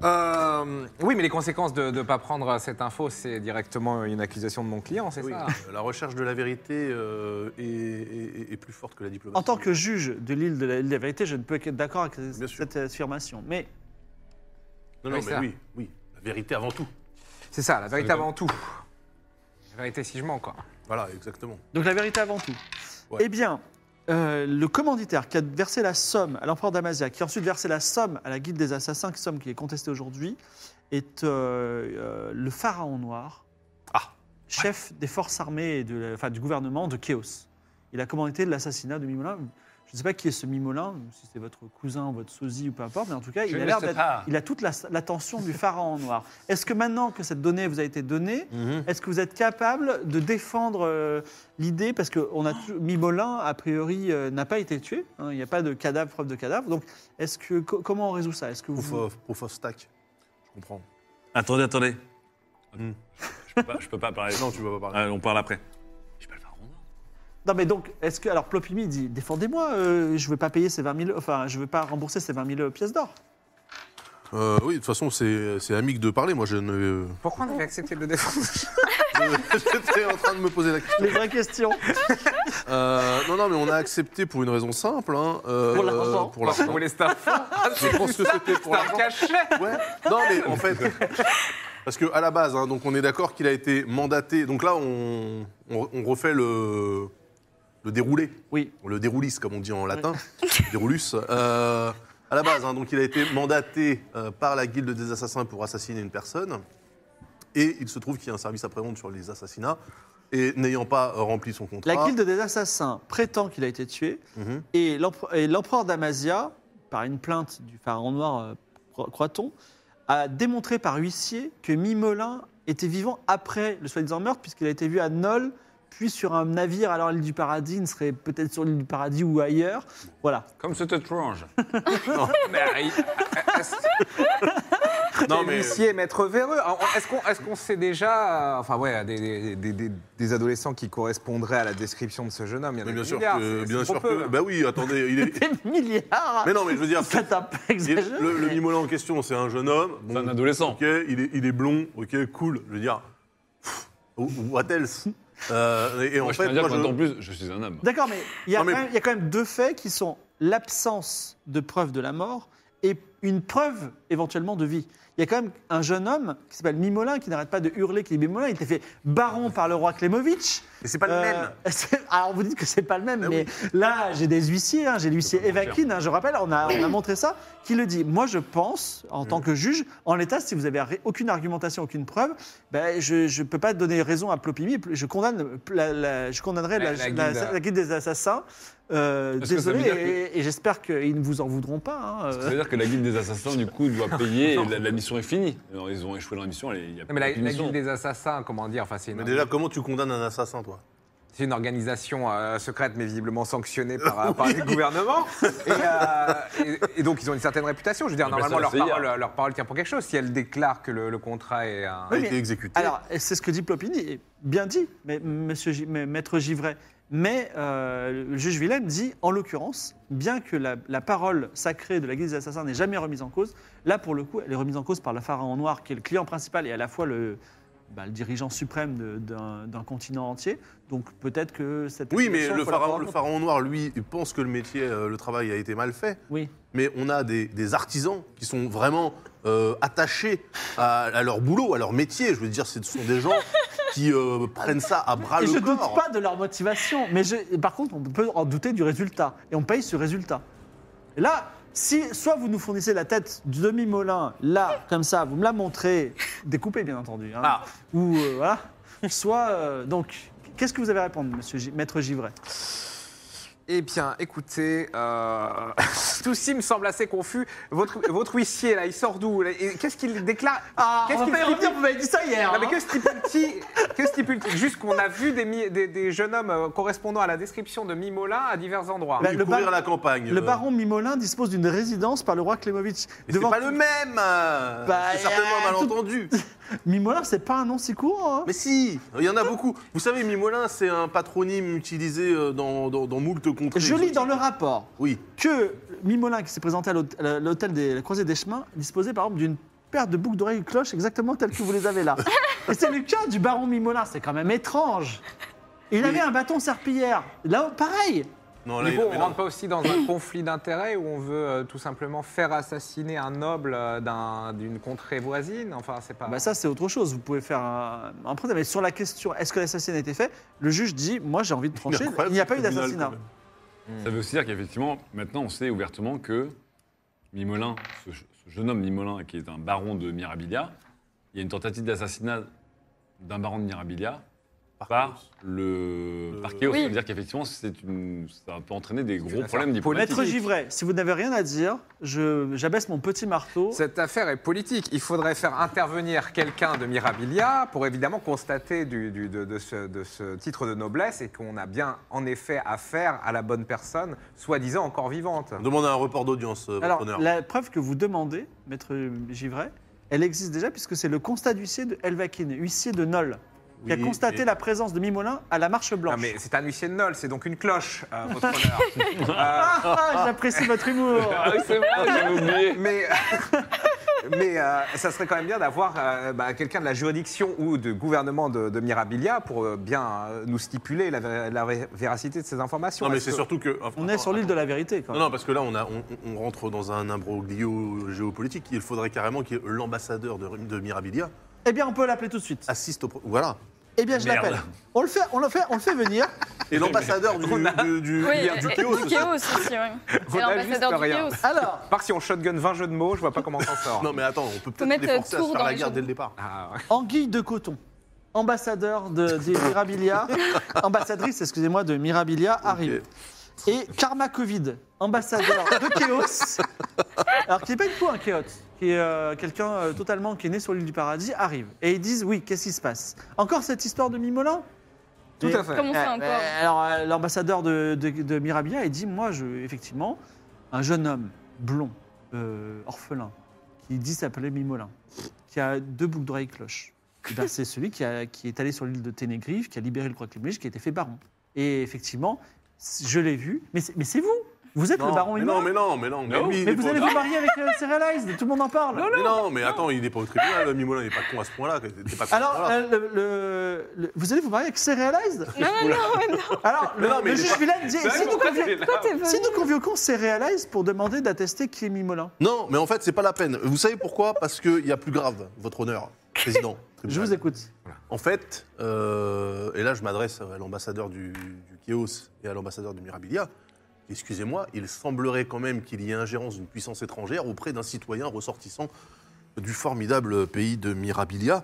H: Euh, oui, mais les conséquences de ne pas prendre cette info, c'est directement une accusation de mon client, c'est
G: Oui,
H: ça
G: euh, la recherche de la vérité euh, est, est- est- est plus forte que la diplomatie.
C: En tant que juge de l'île de la, de la vérité, je ne peux qu'être d'accord avec cette
G: sûr.
C: affirmation. Mais
G: Non, non,
H: Oui,
G: mais
H: ça.
G: oui, oui, la vérité avant tout.
H: C'est ça, la vérité
F: Ça dépend.
H: avant tout. La vérité si je mens, quoi.
G: Voilà, exactement.
C: Donc la vérité avant tout.
G: Ouais.
C: Eh bien, euh, le commanditaire qui a versé la somme à l'empereur d'Amazia, qui a ensuite versé la somme à la guilde des assassins, somme qui est contestée aujourd'hui, est euh, euh, le pharaon noir, chef des forces armées et de la- enfin, du gouvernement de Chaos. Il a commandité l'assassinat de Mimolin. Je ne sais pas qui est ce Mimolin, si c'est votre cousin, votre sosie ou peu importe, mais en tout cas, il a l'air d'être- il a toute la- l'attention du pharaon noir. Est-ce que maintenant que cette donnée vous a été donnée,
H: Mm-hmm.
C: est-ce que vous êtes capable de défendre euh, l'idée Parce que on a tou- Mimolin, a priori, euh, n'a pas été tué. hein, il n'y a pas de cadavre, preuve de cadavre. Donc, est-ce que co- comment on résout ça Est-ce que
G: Proof
C: vous
G: of, proof euh, of stack. Je comprends.
F: Attendez, attendez.
G: Hmm.
F: Je, peux pas, je peux pas parler.
G: Non, tu vas pas parler.
F: Ah, on parle après. J'ai pas le pharaon. non
C: Non, mais donc, est-ce que alors Plopimi dit défendez-moi euh, Je ne veux pas payer ces 20 000, enfin, je veux pas rembourser ces 20 000 pièces d'or.
G: Euh, oui, de toute façon, c'est c'est amique de parler. Moi, je ne. euh,
H: Pourquoi on avait accepté de le défendre
G: J'étais en train de me poser la question.
C: Les vraies questions.
G: Euh, non, non, mais on a accepté pour une raison simple. Hein, euh,
C: Pour l'argent.
G: Pour l'argent.
H: Pour les staffs.
G: Je pense que c'était pour
H: T'as
G: l'argent.
H: cachet
G: Ouais. Non, mais en fait. Parce que à la base, hein, donc on est d'accord qu'il a été mandaté. Donc là, on, on- on refait le, le déroulé.
C: Oui.
G: Le déroulis, comme on dit en latin. Déroulus. Euh, à la base, hein, donc il a été mandaté euh, par la guilde des assassins pour assassiner une personne. Et il se trouve qu'il y a un service après-vente sur les assassinats. Et n'ayant pas euh, rempli son contrat.
C: La guilde des assassins prétend qu'il a été tué
G: Mhm.
C: et l'empre- et l'empereur d'Amazia, par une plainte du pharaon noir, euh, cro- croit-on, a démontré par huissier que Mimolin était vivant après le soi-disant meurtre, puisqu'il a été vu à Nol, puis sur un navire allant à l'île du paradis, il ne serait peut-être sur l'île du paradis ou ailleurs. Voilà.
F: Comme c'est étrange.
H: Mais,
G: Non, mais-
H: Huissier, maître véreux. Alors, Est-ce qu'on est-ce qu'on sait déjà, euh, enfin ouais, des, des- des- des- des adolescents qui correspondraient à la description de ce jeune homme Il y en a
G: Mais bien
H: des
G: sûr
H: milliards,
G: que.
H: c'est-
G: Bien
H: c'est
G: sûr
H: trop peu. hein.
G: que. Bah oui, attendez. Il est...
C: Des milliards
G: mais non, mais je veux dire.
C: Ça t'a pas
G: Il-
C: exagéré
G: Le, le Mimolin en question, c'est un jeune homme.
F: C'est un
G: Bon,
F: adolescent.
G: ok, il est, il est blond, ok, cool. Je veux dire, pff, what else Euh, Et, et en
F: Moi, je
G: fait,
F: tiens à dire
G: moi,
F: que maintenant, en
G: je-
F: plus, je suis un homme.
C: D'accord, mais il y a
G: Non, mais-
C: quand même- il y a quand même deux faits qui sont l'absence de preuve de la mort et une preuve éventuellement de vie. Il y a quand même un jeune homme qui s'appelle Mimolin qui n'arrête pas de hurler qu'il est Mimolin. Il était fait baron par le roi Klemovitch.
G: Mais c'est pas le même.
C: Euh,
G: Ah
C: c'est- Alors vous dites que c'est pas le même, mais là j'ai des huissiers, hein, j'ai l'huissier
F: Je peux pas mentir.
C: Evakin, hein, je rappelle, on a, on a montré ça, qui le dit. Moi je pense,
G: Mm.
C: en tant que juge, en l'état, si vous avez arri- aucune argumentation, aucune preuve, ben, je ne peux pas donner raison à Plopimi. Je, condamne la- la- je condamnerai la,
H: La- la guilde.
C: la- la guilde des assassins. Euh,
F: Est-ce que ça veut
C: désolé,
F: dire
C: et, et j'espère qu'ils ne vous en voudront pas. hein,
F: Ça
C: euh.
F: veut dire que la guilde des assassins, du coup, doit payer et la, la mission est finie. Alors, ils ont échoué dans la mission, elle est- il y a
H: Non, mais la,
F: plus de
H: la
F: mission.
H: guilde des assassins, comment dire, enfin c'est une.
G: Mais déjà, comment tu condamnes un assassin, toi
H: C'est une organisation euh, secrète, mais visiblement sanctionnée par, par le gouvernement. Et, euh, et- et donc, ils ont une certaine réputation. Je veux dire,
F: Mais Eh ben, ça,
H: normalement, leur
F: c'est hier.
H: parole, leur parole tient pour quelque chose. Si elle déclare que le, le contrat est un.
G: a été exécuté.
C: Alors, et c'est ce que dit Plopini, et bien dit, mais, monsieur, Gi- mais maître Givray. Mais euh, le juge Villem dit, en l'occurrence, bien que la, la parole sacrée de la Guilde des Assassins n'est jamais remise en cause, là, pour le coup, elle est remise en cause par le pharaon noir, qui est le client principal et à la fois le, bah, le dirigeant suprême de- d'un d'un continent entier. Donc peut-être que cette...
G: Oui, mais
C: explication,
G: le
C: faut la
G: pharaon,
C: prendre
G: le
C: en
G: pharaon noir, lui, il pense que le métier, euh, le travail a été mal fait.
C: compte. Oui.
G: Mais on a des, des artisans qui sont vraiment euh, attachés à, à leur boulot, à leur métier. Je veux dire, ce sont des gens qui euh, prennent ça à bras
C: Et
G: le
C: je
G: corps.
C: doute pas de leur motivation, mais je- par contre, on peut en douter du résultat. Et on paye ce résultat. Et là, si soit vous nous fournissez la tête du demi-molin, là, comme ça, vous me la montrez, découpée bien entendu, hein,
G: Ah.
C: ou euh, voilà, soit. euh, donc, qu'est-ce que vous avez à répondre, monsieur Gi- Maître Givray
H: Eh bien, écoutez, euh, tout ci me semble assez confus. Votre, votre huissier, là, il sort d'où là Et Qu'est-ce qu'il déclare
C: Ah,
G: Ah,
H: Qu'est-ce qu'il stipule-
C: vous m'avez dit ça hier hein
H: Non, mais que stipule-t-il Que stipule-t-il Juste qu'on a vu des, mi- des- des jeunes hommes euh, correspondant à la description de Mimola à divers endroits.
C: Bah,
G: Oui,
C: le
G: courir
C: bar-
G: à la campagne.
C: Le
G: euh,
C: baron Mimolin dispose d'une résidence par le roi Klemovic.
G: mais C'est pas le même euh,
C: Bah,
G: C'est certainement
C: euh,
G: un
C: tout-
G: malentendu.
C: Mimolin, c'est pas un nom si court. hein.
G: Mais si, il y en a beaucoup. Vous savez, Mimolin, c'est un patronyme utilisé euh, dans, dans, dans moult contrées.
C: Je lis dans le rapport
G: Oui.
C: que Mimolin, qui s'est présenté à l'hôte- à l'hôtel des la Croisée des Chemins, disposait par exemple d'une paire de boucles d'oreilles cloches exactement telles que vous les avez là. Et c'est le cas du baron Mimolin, c'est quand même étrange. Il avait un bâton serpillière. Là, pareil.
G: Non, là,
H: Du
G: il
H: coup,
G: en
H: on
G: met
H: ne rentre pas aussi dans un conflit d'intérêts où on veut euh, tout simplement faire assassiner un noble euh, d'un- d'une contrée voisine. Enfin, c'est pas.
C: Bah ça, c'est autre chose. Vous pouvez faire un, un procès. Mais sur la question, est-ce que l'assassinat a été fait Le juge dit, moi j'ai envie de
G: dans-
C: trancher. Il n'y a pas eu d'assassinat.
F: Ça veut aussi dire qu'effectivement, maintenant, on sait ouvertement que Mimolin, ce, ce jeune homme Mimolin, qui est un baron de Mirabilia, il y a une tentative d'assassinat d'un baron de Mirabilia par, le
G: Euh,
F: par Chaos.
B: Oui.
F: Ça veut dire qu'effectivement, c'est une- ça peut entraîner des gros
H: affaire
F: problèmes diplomatiques.
C: Maître Givray, si vous n'avez rien à dire, je- j'abaisse mon petit marteau.
H: Cette affaire est politique. Il faudrait faire intervenir quelqu'un de Mirabilia pour évidemment constater du- du- de, de ce, de ce titre de noblesse et qu'on a bien en effet affaire à la bonne personne, soi-disant encore vivante.
G: Demandez un report d'audience, euh, votre
C: Alors,
G: honneur.
C: la preuve que vous demandez, maître Givray, elle existe déjà puisque c'est le constat d'huissier de Elvakin, huissier de Nol, qui a
G: Oui,
C: constaté
G: et-
C: la présence de Mimolin à la Marche
H: Ah,
C: Blanche.
H: mais c'est un huissier de Nol, c'est donc une cloche, euh, votre honneur. Euh,
C: Ah, ah, j'apprécie votre humour
F: Ah oui, c'est vrai, j'avais oublié.
H: Mais, euh, mais euh, ça serait quand même bien d'avoir euh, bah, quelqu'un de la juridiction ou de gouvernement de, de Mirabilia pour euh, bien euh, nous stipuler la, vé- la vé- véracité de ces informations.
G: Non, mais
H: Est-ce
G: c'est
H: que-
G: surtout que.
C: On est sur l'île de la vérité quand
G: Non,
C: même.
G: non, parce que là, on, a, on, on rentre dans un imbroglio géopolitique. Il faudrait carrément que l'ambassadeur de, de Mirabilia
C: Eh bien, on peut l'appeler tout de suite.
G: assiste au. pro- Voilà.
C: Eh bien, je
F: Merde.
C: l'appelle. On le fait, on le fait, on le fait venir.
G: Et l'ambassadeur du,
H: On a-
G: du, du-
B: Oui,
G: du
B: et- et-
G: chaos
B: du
G: aussi.
B: chaos aussi, oui.
H: On
B: C'est
H: a
B: l'ambassadeur
H: juste
B: du
H: rien.
B: chaos.
C: Alors,
H: À part si on shotgun 20 jeux de mots, je vois pas comment on s'en sort.
G: Non, mais attends, on peut peut-être
B: mettre,
G: les forcer
B: euh,
G: à se
B: tour
G: faire
B: dans
G: la
B: les
G: guerre
B: choses.
G: dès le départ.
H: Ah,
C: Anguille de Coton, ambassadeur de, des Mirabilia, ambassadrice, excusez-moi, de Mirabilia, arrive. Et Karma Covid, ambassadeur de Chaos, alors qui n'est pas du tout un Chaos, qui est euh, quelqu'un euh, totalement qui est né sur l'île du paradis, arrive. Et ils disent, oui, qu'est-ce qui se passe Encore cette histoire de Mimolin
H: tout à fait.
B: Comme on fait
C: Ouais,
B: encore.
C: ouais, alors, euh, l'ambassadeur de, de, de Mirabilia, il dit Moi, je, effectivement, un jeune homme blond, euh, orphelin, qui dit s'appeler Mimolin, qui a deux boucles d'oreilles cloches. Eh ben, c'est celui qui, a- qui est allé sur l'île de Ténégrive, qui a libéré le croix Clémige, qui a été fait baron. Et effectivement, c- je l'ai vu, mais c'est mais c'est vous Vous êtes le baron
G: mais
C: Mimolin
G: non, mais non, mais non, mais
F: Non.
G: lui, il
C: Mais
G: est
C: vous
G: pas-
C: allez vous marier avec euh, Serialized, tout le monde en parle
G: Mais non, mais attends, il n'est pas au tribunal, Mimolin, il n'est pas con à ce point-là. t'es pas con à ce
C: Alors,
G: point-là.
C: euh, le- le- le- vous allez vous marier avec Serialized
B: Non, non, non, mais non.
C: Alors,
G: Mais
C: le,
G: non, mais
C: le
G: il est
C: juge
G: pas-
C: Villain
H: Bah,
C: dit
F: C'est vrai
C: Si nous
F: qu'on
C: convions-
F: fait des
B: Pourquoi t'es venu
C: Si nous convions qu'on c'est Realize pour demander d'attester qui est Mimolin.
G: Non, mais en fait, c'est pas la peine. Vous savez pourquoi Parce qu'il y a plus grave, votre honneur, président.
C: Je
G: tribunal.
C: vous écoute.
G: En fait, euh, et là, je m'adresse à l'ambassadeur du, du Chaos et à l'ambassadeur de Mirabilia. Excusez-moi, il semblerait quand même qu'il y ait ingérence d'une puissance étrangère auprès d'un citoyen ressortissant du formidable pays de Mirabilia.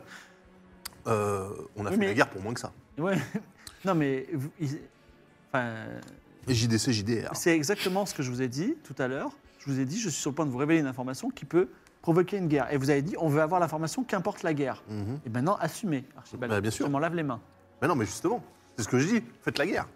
G: Euh, on a
C: Oui,
G: fait
C: mais-
G: la guerre pour moins que ça.
C: Ouais. Non, mais. vous- il- enfin,
G: Et JDC, JDR.
C: c'est exactement ce que je vous ai dit tout à l'heure. Je vous ai dit, je suis sur le point de vous révéler une information qui peut provoquer une guerre. Et vous avez dit, on veut avoir l'information qu'importe la guerre.
G: Mhm.
C: Et maintenant, assumez, Archibald.
G: Bah, bien sûr.
C: Je m'en lave les mains.
G: Mais non, mais justement. C'est ce que je dis, faites la guerre.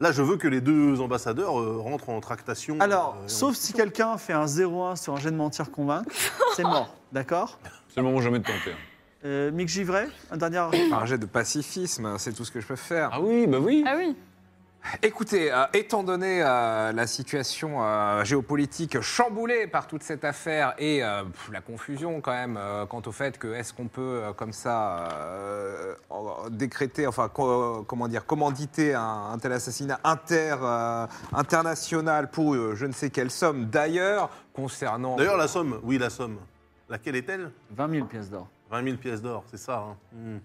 G: Là, je veux que les deux ambassadeurs euh, rentrent en tractation.
C: Alors,
G: euh, et
C: sauf si quelqu'un fait un 0-1 sur un jet de mentir convaincre, c'est mort, d'accord
F: C'est le moment jamais de tenter. hein.
C: euh, Mick Givray, un dernier.
H: Un jet de pacifisme, c'est tout ce que je peux faire.
F: Ah oui, bah oui.
B: Ah oui.
H: Écoutez, euh, étant donné euh, la situation euh, géopolitique chamboulée par toute cette affaire et euh, pff, la confusion quand même euh, quant au fait que est-ce qu'on peut euh, comme ça euh, en- décréter, enfin co- comment dire, commanditer un, un tel assassinat inter, euh, international pour euh, je ne sais quelle somme d'ailleurs concernant...
G: on- D'ailleurs, la somme, oui, la somme. Laquelle est-elle
C: 20 000 pièces d'or.
G: 20 000 pièces d'or, c'est ça. hein. Hmm.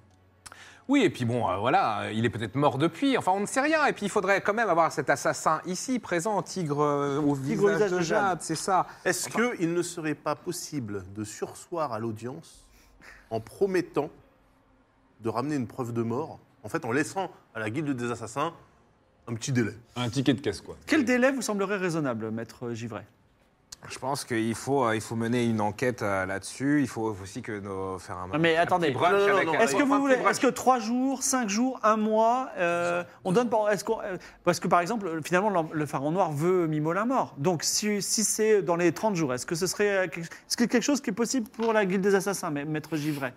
H: Oui, et puis bon, euh, voilà, euh, il est peut-être mort depuis, enfin on ne sait rien, et puis il faudrait quand même avoir cet assassin ici, présent, tigre euh, au
C: Tigre au
H: visage, de Jade, c'est ça.
G: Est-ce qu'il ne serait pas possible de sursoir à l'audience en promettant de ramener une preuve de mort, en fait en laissant à la guilde des assassins un petit délai
F: Un ticket de caisse, quoi.
C: Quel délai vous semblerait raisonnable, maître Givray
H: Je pense qu'il faut, euh, il faut mener une enquête euh, là-dessus, il faut aussi que nos, faire un...
C: Non, mais
H: un
C: attendez.
H: petit brunch
G: Non, non, non,
H: avec-
G: non,
C: Est-ce que
H: enfin, un
C: vous
H: petit
C: voulez,
H: brunch.
C: est-ce que trois jours, cinq jours, un mois, euh, on donne pas, est-ce qu'on, euh, parce que par exemple, finalement, l'em- le pharaon noir veut Mimolin mort. Donc si, si c'est dans les 30 jours, est-ce que ce serait, euh, quelque- est-ce que quelque chose qui est possible pour la guilde des assassins, ma- maître Givray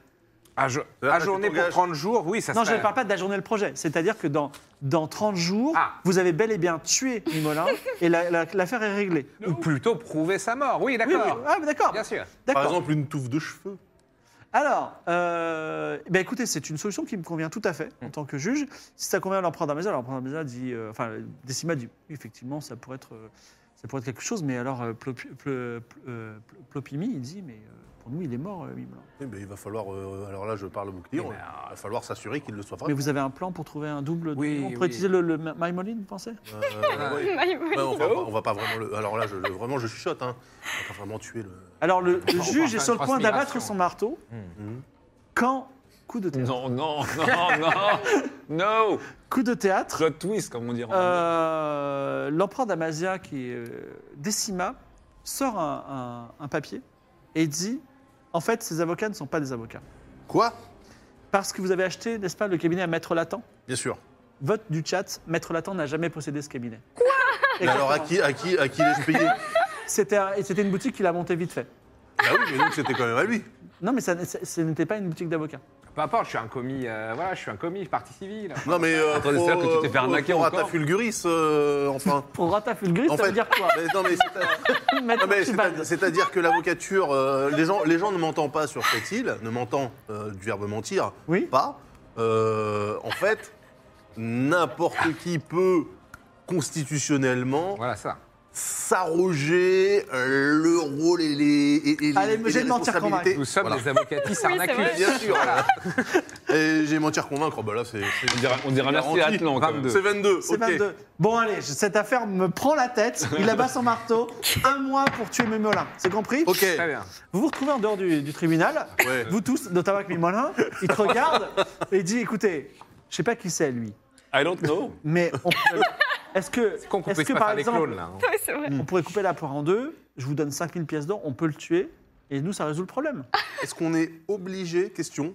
H: À, jo-
G: Là,
H: à
G: tu
H: journée pour
G: t'engages.
H: 30 jours, oui, ça
C: Non, je
H: serait...
C: ne parle pas d'ajourner le projet. C'est-à-dire que dans, dans 30 jours,
H: Ah.
C: vous avez bel et bien tué Mimolin et la- la- l'affaire est réglée.
H: Ou plutôt prouver sa mort, oui,
C: Oui, oui.
H: d'accord.
C: Ah, mais d'accord.
H: Bien sûr.
G: Par
C: D'accord.
G: exemple, une touffe de cheveux.
C: Alors, euh, ben écoutez, c'est une solution qui me convient tout à fait en tant que juge. Si ça convient à l'empereur d'Amazon, alors l'empereur d'Amazon dit, euh, enfin, Décima dit, oui, effectivement, ça pourrait être, euh, ça pourrait être quelque chose. Mais alors, euh, Plopi- Plo- Plo- euh, Plo- Plopimi, il dit, mais euh, pour nous, il est mort, euh, Mimolin.
G: Eh ben, il va falloir, euh, alors là je parle au bouclier,
H: Eh ben,
G: il va falloir s'assurer qu'il le soit
C: Mais
G: vraiment.
C: vous avez un plan pour trouver un double de-
H: Oui,
C: On pourrait
H: oui.
C: utiliser le, le Ma- Maïmoline, vous pensez
G: Euh, ouais. Ouais,
B: Maïmoline.
G: on, va, pas- on va pas vraiment le. Alors là, je, je- vraiment, je chuchote. Hein. On va pas vraiment tuer le.
C: Alors, le, le
H: va
C: juge est
H: faire
C: sur le
H: une
C: point d'abattre
H: transmigration.
C: son marteau
G: Mhm.
C: quand coup de théâtre.
F: Non, non, non, non, no
C: Coup de théâtre.
F: Plot twist, comme on dit en anglais.
C: Euh, L'empereur d'Amazia, qui est euh, Décima, sort un, un- un papier et dit En fait, ces avocats ne sont pas des avocats.
G: Quoi
C: Parce que vous avez acheté, n'est-ce pas, le cabinet à Maître Latin.
G: Bien sûr.
C: Vote du chat Maître Latin n'a jamais possédé ce cabinet.
G: Mais alors à qui, à qui, à qui l'ai-je payé
C: C'était un- et c'était une boutique qu'il a montée vite fait.
G: Bah oui, mais donc c'était quand même à lui.
C: Non, mais ça, ça- ce n'était pas une boutique d'avocats.
H: Peu importe, je suis un commis, euh, voilà, je suis un commis, parti civil.
G: Non mais. Euh,
F: Attendez, c'est-à-dire que tu t'es fait arnaquer
G: encore.
F: encore
G: Fulguris, euh, enfin.
C: Pour Ratafulgris,
G: En
C: ça
G: fait-
C: veut dire quoi
G: Mais non, mais c'est-
C: Maître
G: non, mais
C: Archibald.
G: c'est- c'est-à-dire que l'avocature, euh, les, gens, les gens ne m'entendent pas sur cette île, ne m'entendent euh, du verbe mentir
C: Oui.
G: pas. Euh, en fait, n'importe qui peut constitutionnellement
H: Voilà ça.
G: s'arroger euh, le rôle et les, et, et les,
C: Allez,
G: et les
C: j'ai de mentir
G: responsabilités.
H: Nous sommes
G: Voilà.
H: des avocatis arnacules.
B: vrai.
G: Bien sûr. Et j'ai mentir convaincre, bah là c'est. c'est-
F: On dira, on dira merci à
G: garanti.
F: Atlan, quand même.
G: C'est 22.
C: C'est
G: ok.
C: 22. Bon, allez, je- cette affaire me prend la tête. Il abat son marteau. Un mois pour tuer Mémolin. C'est compris
G: Ok.
H: Très bien.
C: Vous vous retrouvez en dehors du, du tribunal,
G: Ouais.
C: vous tous, notamment avec Mimolin, il te regarde et il dit écoutez, je sais pas qui c'est lui,
F: I don't know.
C: mais on pourrait- est-ce que,
H: Con qu'on
C: est-ce
H: puisse
C: que
H: pas
C: par
H: faire des
C: exemple,
H: clones, là. hein.
B: Oui, c'est vrai.
C: on pourrait couper la poire en deux, je vous donne 5000 pièces d'or, on peut le tuer et nous ça résout le problème.
G: Est-ce qu'on est obligé, question,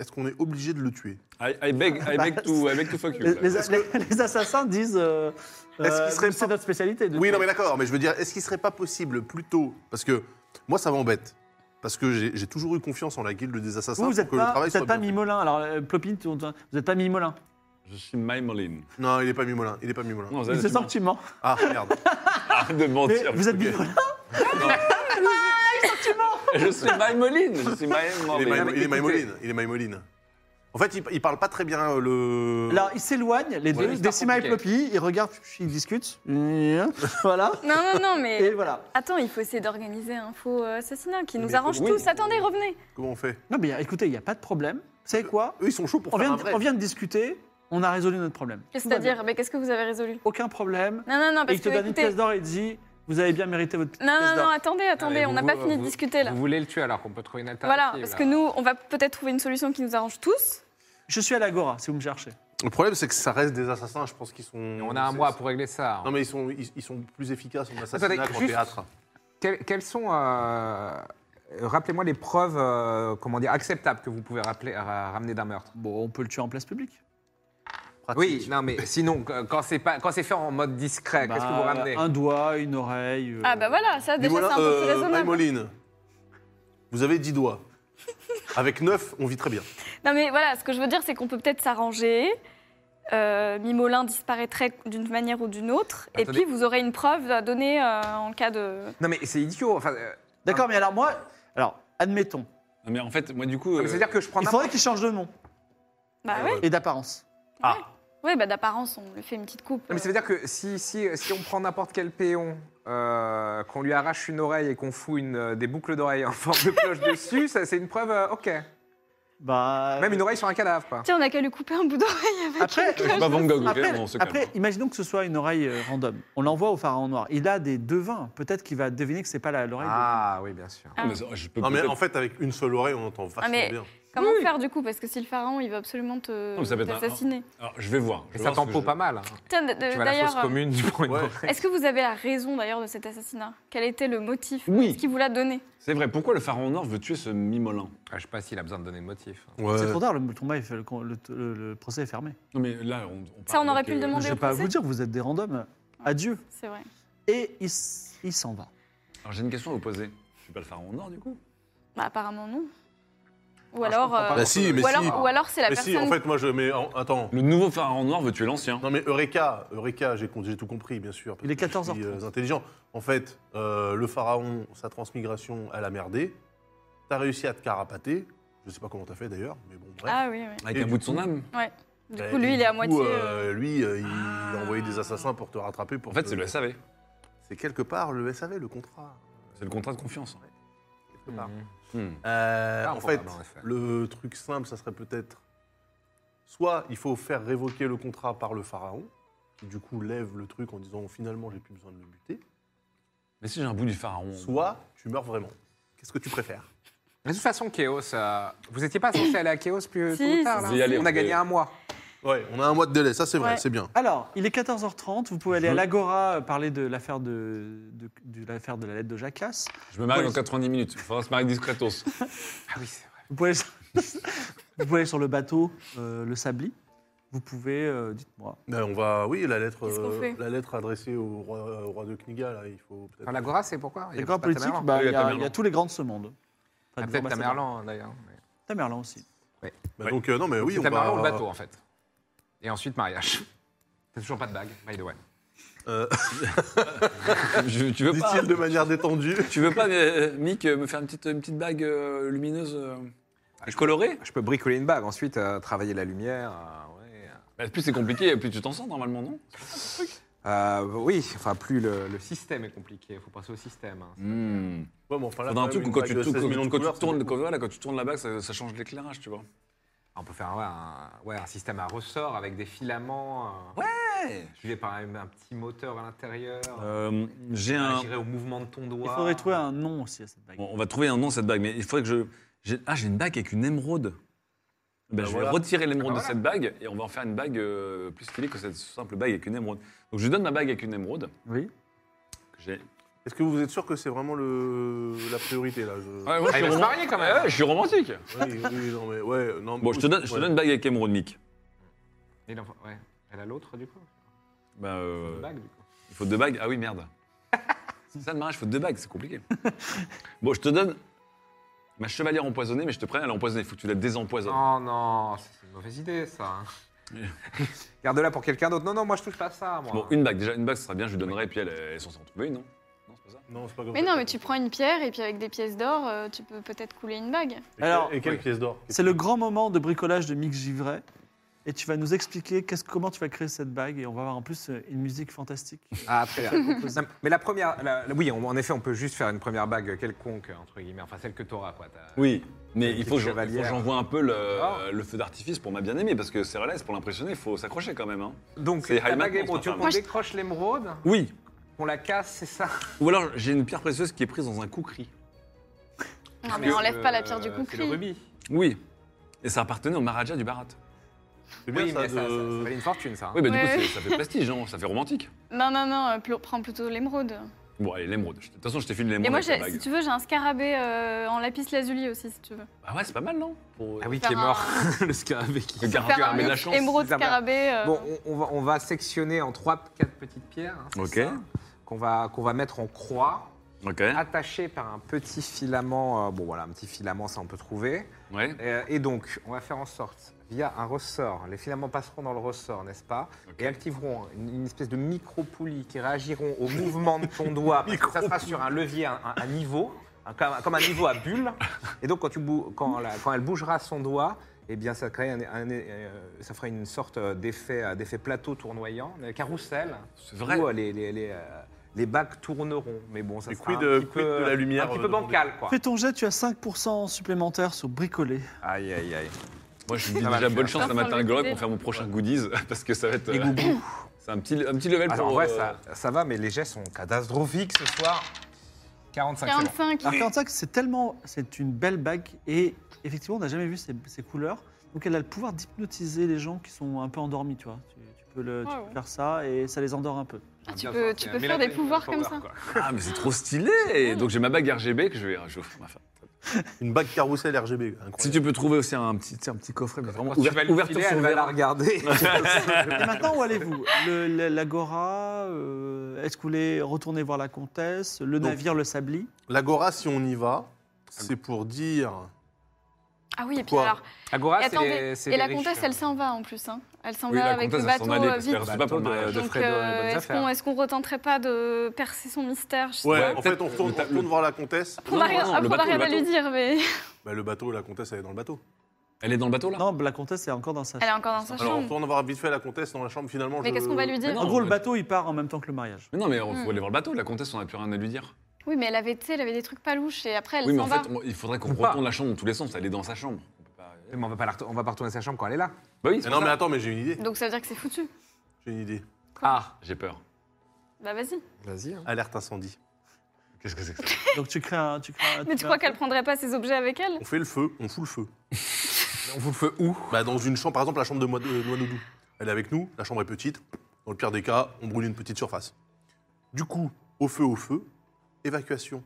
G: est-ce qu'on est obligé de le tuer
F: I, I beg, I beg to, I beg to fuck you.
C: Les, les- les- les assassins disent euh,
G: bah, Est-ce
C: euh,
G: qu'il serait
C: c'est
G: pas-
C: notre spécialité. de
G: Oui,
C: tuer.
G: non, mais d'accord, mais je veux dire, est-ce qu'il serait pas possible plutôt. Parce que moi, ça m'embête. Parce que j'ai j'ai toujours eu confiance en la guilde des assassins
C: vous, vous
G: pour
C: n'êtes
G: que le
C: pas,
G: travail
C: vous êtes
G: soit
C: pas
G: bien
C: Mimolin, alors euh, Plopine, tu- tu- vous n'êtes pas Mimolin.
F: Je suis Maimoline.
G: fait. Non, il est pas mimolin, il est pas mimolin.
F: Non, ça,
C: C'est
F: tu mens.
C: sentiment.
G: Ah, merde.
F: Arrête de
C: Mais
F: mentir.
C: vous êtes
F: ok.
C: Mimolin
F: Je suis Maimoline. Je suis
G: Il est,
F: Maimoline.
G: maïmo-
H: mais
G: il est
H: écoutez-
G: maïmoline, il est maïmoline. En fait, il, il parle pas très bien euh, le.
C: Alors, ils s'éloignent, les
H: Ouais,
C: deux,
H: c'est
C: Décima et
H: compliqué.
C: Plopi, ils regardent, ils discutent. Mmh. voilà.
B: Non, non, non,
C: Et
B: mais
C: voilà.
B: attends, il faut essayer d'organiser un faux euh, assassinat qui nous
G: Mais
B: arrange
F: oui.
B: tous. Attendez, revenez.
G: Comment on fait
C: Non, mais écoutez, il n'y a pas de problème. Vous savez quoi
H: Euh,
G: Eux, ils sont chauds pour
C: on
G: faire
C: vient,
G: un
C: de,
G: vrai.
C: on vient de discuter, on a résolu notre problème. Tout va bien.
B: C'est-à-dire, mais qu'est-ce que vous avez résolu
C: Aucun problème.
B: Non, non, non,
C: Et
B: parce
C: il te
B: que
C: donne une
B: écoutez,
C: pièce d'or et il dit Vous avez bien mérité votre petite
B: non,
C: pièce
B: non, non,
C: d'or.
B: attendez, attendez,
H: Allez,
B: on
H: vous-
B: n'a pas
H: vous-
B: fini de
H: vous-
B: discuter là.
H: Vous voulez le tuer alors qu'on peut trouver une alternative.
B: Voilà, parce que
H: là.
B: nous, on va peut-être trouver une solution qui nous arrange tous.
C: Je suis à l'Agora si vous me cherchez.
G: Le problème, c'est que ça reste des assassins, je pense qu'ils sont.
H: On a un
G: c'est-
H: mois pour régler ça.
G: Non, mais ils sont, ils, ils sont plus efficaces en
H: Attendez,
G: assassinat qu'en
H: juste-
G: théâtre.
H: Quelles, quelles sont. euh, Rappelez-moi les preuves euh, comment dire, acceptables que vous pouvez rappeler- ra- ramener d'un meurtre.
C: Bon, on peut le tuer en place publique.
H: Oui, non, mais sinon, qu- quand c'est pas, quand c'est fait en mode discret, Ah, qu'est-ce que vous
C: Bah,
H: ramenez
C: Un doigt, une oreille. euh,
B: Ah bah voilà, ça déjà c'est un peu plus
G: euh,
B: raisonnable.
G: Maimoline, vous avez 10 doigts. Avec 9, on vit très bien.
B: Non mais voilà, ce que je veux dire c'est qu'on peut peut-être s'arranger. Euh, Mimolin disparaîtrait d'une manière ou d'une autre,
H: Attendez.
B: et puis vous aurez une preuve à donner euh, en cas de.
H: Non, mais c'est idiot. Enfin, euh,
C: D'accord, mais alors moi, alors admettons,
F: Non, mais en fait, moi, du coup.
H: non, mais
F: euh,
H: c'est-à-dire que je prends
C: il faudrait qu'il change de nom
B: Bah oui,
C: et d'apparence.
B: ouais, bah d'apparence on lui fait une petite coupe.
H: Non, mais ça veut dire que si, si, si on prend n'importe quel péon, euh, qu'on lui arrache une oreille et qu'on fout une, euh, des boucles d'oreilles en forme de cloche dessus, ça, c'est une preuve euh, OK.
C: Bah,
H: Même une oreille sur un cadavre, quoi.
B: euh. Tiens, on a qu'à lui couper un bout d'oreille avec.
C: Après,
F: Je suis pas Van Gogh, ok,
C: après,
F: bon, on se calme.
C: après, imaginons que ce soit une oreille euh, random. On l'envoie au pharaon noir. Il a des devins. Peut-être qu'il va deviner que c'est pas la- l'oreille. de-
H: Ah oui, bien sûr.
F: non, mais ça, oh, je peux
G: Non, mais
F: peut-être-
G: en fait, avec une seule oreille, on entend
B: Ah,
G: vachement
B: mais-
G: bien.
B: Comment faire du coup Parce que si le pharaon il veut absolument te
F: Non, mais ça peut être un-
B: t'assassiner.
F: Alors, je vais voir. Je vais
H: Et ça
F: voir ce que
H: t'en
F: je-
H: pas mal. hein.
B: Tiens, de- de-
H: Tu vas à la fosse
B: d'ailleurs, euh,
H: commune, tu prends une
G: Ouais.
H: oreille.
B: est-ce que vous avez la raison d'ailleurs de cet assassinat Quel était le motif
F: Oui.
B: Est-ce qu'il vous l'a donné
F: C'est vrai, pourquoi le pharaon noir veut tuer ce mimolin
H: Ah, je sais pas s'il a besoin de donner le motif. hein.
C: C'est
G: Ouais.
C: trop tard. Le, le combat est fait- le- le- le- le procès est fermé.
F: Non, mais là, on.
B: Ça, on aurait pu le
C: Je
B: demander.
C: vais
B: au
C: pas à
B: procès
C: vous dire. Vous êtes des randoms. Adieu.
B: C'est vrai.
C: Et il, s- il s'en va.
F: Alors, j'ai une question à vous poser. Je suis pas le pharaon noir, du coup
B: Bah, apparemment non. Ou
H: Ah, je
B: alors,
H: comprends pas.
B: euh,
G: Bah si, mais
B: ou
G: si.
B: alors, ou alors c'est la
G: mais
B: personne.
G: si, en fait, moi, je mets... en- Attends.
F: Le nouveau pharaon noir veut tuer l'ancien.
G: Non, mais Eureka, Eureka, j'ai con- j'ai tout compris, bien sûr. parce
C: Il est
G: que je
C: 14h30.
G: suis, euh, intelligent. En fait, euh, le pharaon, sa transmigration, elle a merdé. T'as réussi à te carapater. Je sais pas comment t'as fait, d'ailleurs, mais bon, bref.
B: Ah oui, oui.
F: Avec
G: Et
F: un
G: du
F: bout de
G: coup-
F: son âme.
B: Du
G: Et
B: coup, lui, il est à
G: du
B: moitié.
G: coup,
B: euh, Ah.
G: euh, lui, euh, il a envoyé des assassins pour te rattraper. Pour
F: En fait,
G: te-
F: c'est le SAV.
G: C'est quelque part le SAV, le contrat.
F: C'est le contrat de confiance.
G: Quelque part.
F: Hmm.
G: Euh,
H: Ah,
G: en
H: on
G: fait,
H: pourra, en effet.
G: le truc simple, ça serait peut-être soit il faut faire révoquer le contrat par le pharaon, qui du coup lève le truc en disant finalement j'ai plus besoin de le buter,
F: Mais si j'ai un bout du pharaon. euh,
G: soit tu meurs vraiment. Qu'est-ce que tu préfères
H: Mais de toute façon, Chaos, euh, vous étiez pas censé aller à Chaos plus
B: Si,
H: plus tard, là
F: si, si. Allez,
H: On
F: on
H: a
F: est-
H: gagné un mois.
G: Ouais, on a un mois de délai, ça c'est vrai,
B: Ouais.
G: c'est bien.
C: Alors, il est 14h30. Vous pouvez aller à l'Agora euh, parler de l'affaire de, de, de l'affaire de la lettre de Jacasse.
F: Je me marie
C: Oui.
F: dans 90 minutes. Il faudra se marier discretos.
H: Ah oui, c'est vrai.
C: Vous pouvez, vous pouvez aller sur le bateau, euh, le Sabli. Vous pouvez, euh, dites-moi.
G: Ben, on va, oui, la lettre,
B: Qu'est-ce qu'on
G: euh,
B: fait
G: la lettre adressée au roi, euh, au roi de Kniga, là, il faut peut-être.
H: Enfin, L'Agora, c'est pourquoi Il y a
C: Les grands
H: pas de
C: politiques,
H: Tamerlan.
C: bah,
F: Ah Oui,
C: il y, a-
F: Tamerlan.
C: il y a tous les grands de ce monde. Enfin,
H: Ah,
C: des
H: Peut-être
C: ambassadeurs.
H: Tamerlan, d'ailleurs. mais-
C: Tamerlan aussi.
G: Ben, Donc euh, non, mais oui,
H: c'est
G: on va.
H: Tamerlan ou le bateau,
F: hein.
H: en fait. Et ensuite, mariage. T'as toujours pas de bague, by the way.
G: Euh,
F: Je- tu veux pas,
G: Dit-il de manière détendue.
F: tu veux pas euh, Mick, euh, me faire une petite, une petite bague euh, lumineuse euh, colorée
H: Je peux bricoler une bague, ensuite euh, travailler la lumière. euh, ouais.
F: Bah, Plus c'est compliqué, plus tu t'en sors normalement, non
H: Euh, oui, enfin, plus le, le système est compliqué, il faut passer au système. hein.
F: Hmm.
G: Ouais, mais enfin, là,
F: Faudrait un
G: quand
F: truc où
G: même, une
F: quand tu,
G: Mmh. bague de
F: quand
G: 16
F: tu-
G: millions de
F: quand tu
G: couleurs, c'est
F: tournes,
G: beaucoup.
F: quand, voilà, quand tu tournes la bague, ça, ça change l'éclairage, tu vois.
H: On peut faire ouais, un, ouais, un système à ressort avec des filaments. euh, suivi par un, un petit moteur à l'intérieur.
F: Euh, J'ai
H: qui
F: un.
H: agirait au mouvement de ton doigt.
C: Il faudrait trouver un nom aussi à cette bague.
F: Bon, on va trouver un nom à cette bague, mais il faudrait que je. j'ai- Ah, j'ai une bague avec une émeraude.
G: Bah
F: Ben, je vais
G: voilà.
F: retirer l'émeraude
H: Ah, bah
F: de cette bague et on va en faire une bague euh, plus stylée que cette simple bague avec une émeraude. Donc je lui donne ma bague avec une émeraude.
C: Oui.
F: que j'ai-
G: Est-ce que vous êtes sûr que c'est vraiment le... la priorité là je...
F: Ouais, moi, je,
H: Ah, il
F: suis
H: va se
F: roman-
H: marier quand même.
F: Ouais, je suis romantique.
G: Oui, oui, non, mais ouais, non,
F: Bon, je te donne, je te
G: ouais.
F: donne une bague avec émeraude, Mick.
H: Il en faut- ouais. Elle a l'autre du coup.
F: Bah, euh,
H: Une bague du coup.
F: il faut deux bagues. Ah oui, merde. c'est ça le mariage, il faut deux bagues, c'est compliqué. bon, je te donne ma chevalière empoisonnée, mais je te prends, elle est empoisonnée, il faut que tu la désempoisonnes.
H: Oh non, ça, c'est une mauvaise idée ça. hein. Garde-la pour quelqu'un d'autre. Non, non, moi je touche pas à ça. Moi.
F: Bon, une bague, déjà, une bague, ce serait bien, je lui donnerais, et puis elle, elle s'en trouver une, non Non, c'est pas ça
G: Non, c'est pas comme
B: Mais
G: ça.
B: non, mais tu prends une pierre et puis avec des pièces d'or, euh, tu peux peut-être couler une bague.
G: Et, Alors,
C: Alors,
G: et quelle pièce d'or
C: C'est le grand moment de bricolage de Mick Givray. Et tu vas nous expliquer qu'est-ce- comment tu vas créer cette bague. Et on va avoir en plus euh, une musique fantastique.
H: Ah, très bien. Non, mais la première. la- la- oui, on- en effet, on peut juste faire une première bague quelconque, entre guillemets. Enfin, celle que t'auras quoi. t'as-
F: Oui, mais il
H: petite
F: faut que j'en- il faut
H: chevalière.
F: que j'envoie un peu le,
H: Ah.
F: le feu d'artifice pour ma bien-aimée, parce que c'est relais, pour l'impressionner, il faut s'accrocher quand même. hein.
H: Donc,
F: C'est
H: la
F: High
H: bague
F: Maintenance,
H: émeraude. Tu veux
F: ma
H: qu'on
F: femme.
H: décroche l'émeraude,
F: Oui,
H: qu'on la casse, c'est ça
F: ou alors j'ai une pierre précieuse qui est prise dans un coucri.
B: Non, mais enlève pas la pierre du
H: Euh, C'est le
B: coucri.
H: rubis.
F: Oui, et ça appartenait au Maharaja du Bharat.
G: C'est bien
H: oui,
G: ça
H: mais ça, ça- ça
G: de.
H: valait une fortune, ça. hein.
F: Oui, bah du
B: Ouais.
F: coup, c'est- ça fait prestige, hein, ça fait romantique.
B: Non, non, non, euh, pl- prends plutôt l'émeraude.
F: Bon, allez, l'émeraude. De toute façon, je t'ai filé
B: Et
F: l'émeraude.
B: moi,
F: avec la
B: j'ai- si
F: bague.
B: tu veux, j'ai un scarabée euh, en lapis lazuli aussi, si tu veux.
F: Bah ouais, c'est pas mal, non Pour- euh,
H: Ah oui,
B: Faire
H: qui est
B: un-
H: mort, le scarabée.
F: Le
H: garde
F: garde-
B: Faire un
F: mais la
B: mix
F: chance,
B: émeraude
H: ça va.
B: scarabée. euh,
H: Bon, on, on va, on va sectionner en trois, quatre petites pierres. hein, c'est
F: Ok.
H: ça, Qu'on va, qu'on va mettre en croix,
F: Ok.
H: attachées par un petit filament. euh, bon, voilà, un petit filament, ça on peut trouver.
F: Ouais.
H: Euh, Et, donc, on va faire en sorte, via un ressort, les filaments passeront dans le ressort, n'est-ce pas
F: Ok.
H: Et activeront une, une espèce de micro-poulie qui réagiront au mouvement de ton doigt. parce que ça sera sur un levier, un, un- un niveau, un- comme, comme un niveau à bulle. Et donc, quand, tu bou- quand, la- quand elle bougera son doigt, eh bien, ça, crée un- un- euh, ça fera une sorte d'effet euh, d'effet plateau tournoyant, euh, carrousel,
F: C'est vrai.
H: où euh, les, les, les, euh, les bagues tourneront. Mais bon, ça
G: Et
H: sera
G: quid,
H: un
G: euh,
H: petit
G: quid
H: peu,
G: de la lumière,
H: un petit
G: euh,
H: peu
G: de ton
H: bancal, quoi.
C: Fais ton jet, tu as 5% supplémentaire sur bricoler.
H: Aïe, aïe, aïe.
F: Moi, je dis
H: Ça va
F: déjà
H: le
F: bonne
H: faire.
F: chance à
B: Vincent
F: matin
B: le
F: Golog
B: disait.
F: pour faire mon prochain goodies parce que ça va être.
H: Les
F: euh,
H: goubous.
F: C'est un petit, un petit level
H: Alors,
F: pour.
H: en vrai,
F: euh,
H: ça, ça va, mais les gestes sont catastrophiques ce soir. 45 c'est bon.
B: 45.
C: Alors 45, c'est tellement. C'est une belle bague et effectivement, on n'a jamais vu ces, ces couleurs. Donc elle a le pouvoir d'hypnotiser les gens qui sont un peu endormis, tu vois. Tu, tu peux, le, tu
B: Ah
C: peux
B: ouais.
C: faire ça et ça les endort un peu.
B: Ah, tu
H: Bien
B: peux,
H: sûr,
B: tu
H: c'est
B: peux faire
H: un
B: des
H: mélatonine
B: pouvoir
H: power,
B: comme ça.
H: quoi.
F: Ah, mais c'est trop stylé Donc, j'ai ma bague RGB que je vais, je vais offrir à ma femme.
G: Une bague carrousel RGB. Incroyable.
F: Si tu peux trouver aussi un petit, tu sais, un petit coffret, mais vraiment
H: Quand tu vas le filer, elle va la regarder.
C: Et maintenant, où allez-vous Le- le- L'agora euh, Est-ce que vous voulez retourner voir la comtesse Le
G: Donc-
C: navire, le sabli
G: L'agora, si on y va, c'est pour dire.
B: Ah oui, et puis
G: Quoi
B: alors.
H: Agora,
B: et
H: c'est
B: attendez,
H: les- c'est
B: et
H: les
B: la
H: riches.
B: comtesse, elle s'en va en plus. hein. Elle s'en
F: Oui,
B: va
F: la
B: avec le
F: comtesse va s'en
B: bateau
F: aller
B: euh,
F: parce
B: vite.
F: qu'elle reçoit pas pour le
H: Bateau de-
F: mariage.
H: de
B: Donc,
H: Fredo,
B: euh,
H: bonnes
B: est-ce
H: affaires.
B: qu'on est retenterait pas de percer son mystère je sais
G: Ouais,
B: pas.
G: en
F: peut-être
G: fait, on retourne,
F: le ta-
G: on retourne voir la comtesse.
B: Après, on
F: non,
B: va
F: non,
B: rien
F: non,
B: après,
F: le
B: on va
F: bateau, le
B: rien à lui
F: bateau.
B: dire, mais
G: Bah, le bateau, la comtesse, elle est dans le bateau.
F: Elle est dans le bateau là
C: Non, la comtesse est encore dans sa
B: elle est encore dans sa
G: Alors, on
B: chambre.
G: retourne voir vite fait la comtesse dans la chambre, finalement.
B: Mais
G: je-
B: qu'est-ce qu'on va lui
C: Mais
B: dire
C: En gros, le
F: ouais.
C: bateau, il part en même temps que le mariage.
F: Mais non, mais on
B: Hmm.
F: faut aller voir le bateau. La comtesse, on n'a plus rien à lui dire.
B: Oui, mais elle avait, tu sais, elle avait des trucs pas louches et après elle
F: oui, mais
B: s'en
F: en
B: va.
F: fait, on- il faudrait qu'on
H: Faut pas.
F: retourne la chambre dans tous les sens. Elle est dans sa chambre. On peut pas-
H: Mais on va pas la retour- on va pas retourner à sa chambre quand elle est là.
F: Bah oui,
G: Mais
F: c'est
G: non,
F: pour
G: mais
F: ça.
G: attends, mais j'ai une idée.
B: Donc ça veut dire que c'est foutu.
G: J'ai une idée.
H: Ah,
F: J'ai peur.
B: Bah vas-y.
H: vas-y. hein.
G: Alerte incendie.
F: Qu'est-ce que c'est que ça
C: Donc tu crées un. Tu crées un-
B: Mais
C: crées
B: tu
C: un-
B: crois qu'elle prendrait pas ses objets avec elle
G: On fait le feu, on fout le feu.
H: On vous le fait où
G: Bah, dans une chambre, par exemple, la chambre de Moi- de Noidou. Elle est avec nous, la chambre est petite. Dans le pire des cas, on brûle une petite surface. Du coup, au feu, au feu, évacuation de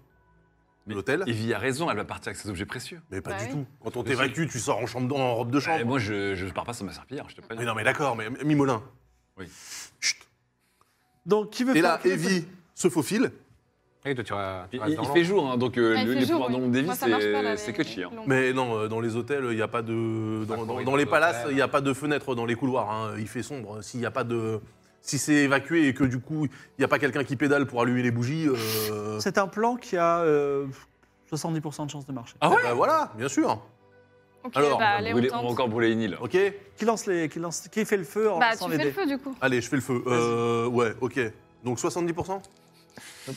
F: Mais
G: l'hôtel.
F: Evie a raison, elle va partir avec ses objets précieux.
G: Mais pas
B: Bah
G: du
B: oui.
G: tout. Quand on t'évacue, tu sors en, chambre, en robe de chambre.
F: Et moi, je, je pars pas sans ma serpillière, je te
G: Mais
F: préviens.
G: non, mais d'accord, mais Mimolin.
F: Oui.
G: Chut.
C: Donc qui veut
G: Et
C: faire-
G: là,
C: qui veut faire-
G: Evie se faufile.
H: Et toi, tu vas. tu
F: Il, il-
H: restes dans
F: il
H: l'ombre.
F: fait jour, hein, donc euh,
B: Ah, il
F: le-
B: fait
F: les
B: jour,
F: pouvoirs
B: oui.
F: dans mon dévis,
B: Moi, ça marche pas, là,
F: c'est c'est que
B: les-
F: chier. hein.
B: les longues.
G: Mais non, euh, dans les hôtels, il n'y a pas de.
H: Pas
G: Dans, dans-
H: courir
G: dans
H: dans
G: les
H: le
G: palaces,
H: hôtel.
G: il n'y a pas de fenêtre dans les couloirs. hein. Il fait sombre. S'il n'y a pas de. Si c'est évacué et que du coup, il n'y a pas quelqu'un qui pédale pour allumer les bougies. euh,
C: C'est un plan qui a euh, 70% de chance de marcher.
F: Ah
G: eh ben voilà, bien sûr.
B: Ok,
G: Alors,
B: bah
F: on, va
B: allez, on
F: brûler-
B: tente.
F: on va encore brûler une île.
G: Ok
C: Qui lance les, qui lance, qui fait le feu en
B: Bah tu
C: lançant les
B: fais le
C: dés.
B: feu du coup.
G: Allez, je fais le feu. Euh, ouais, ok. Donc 70%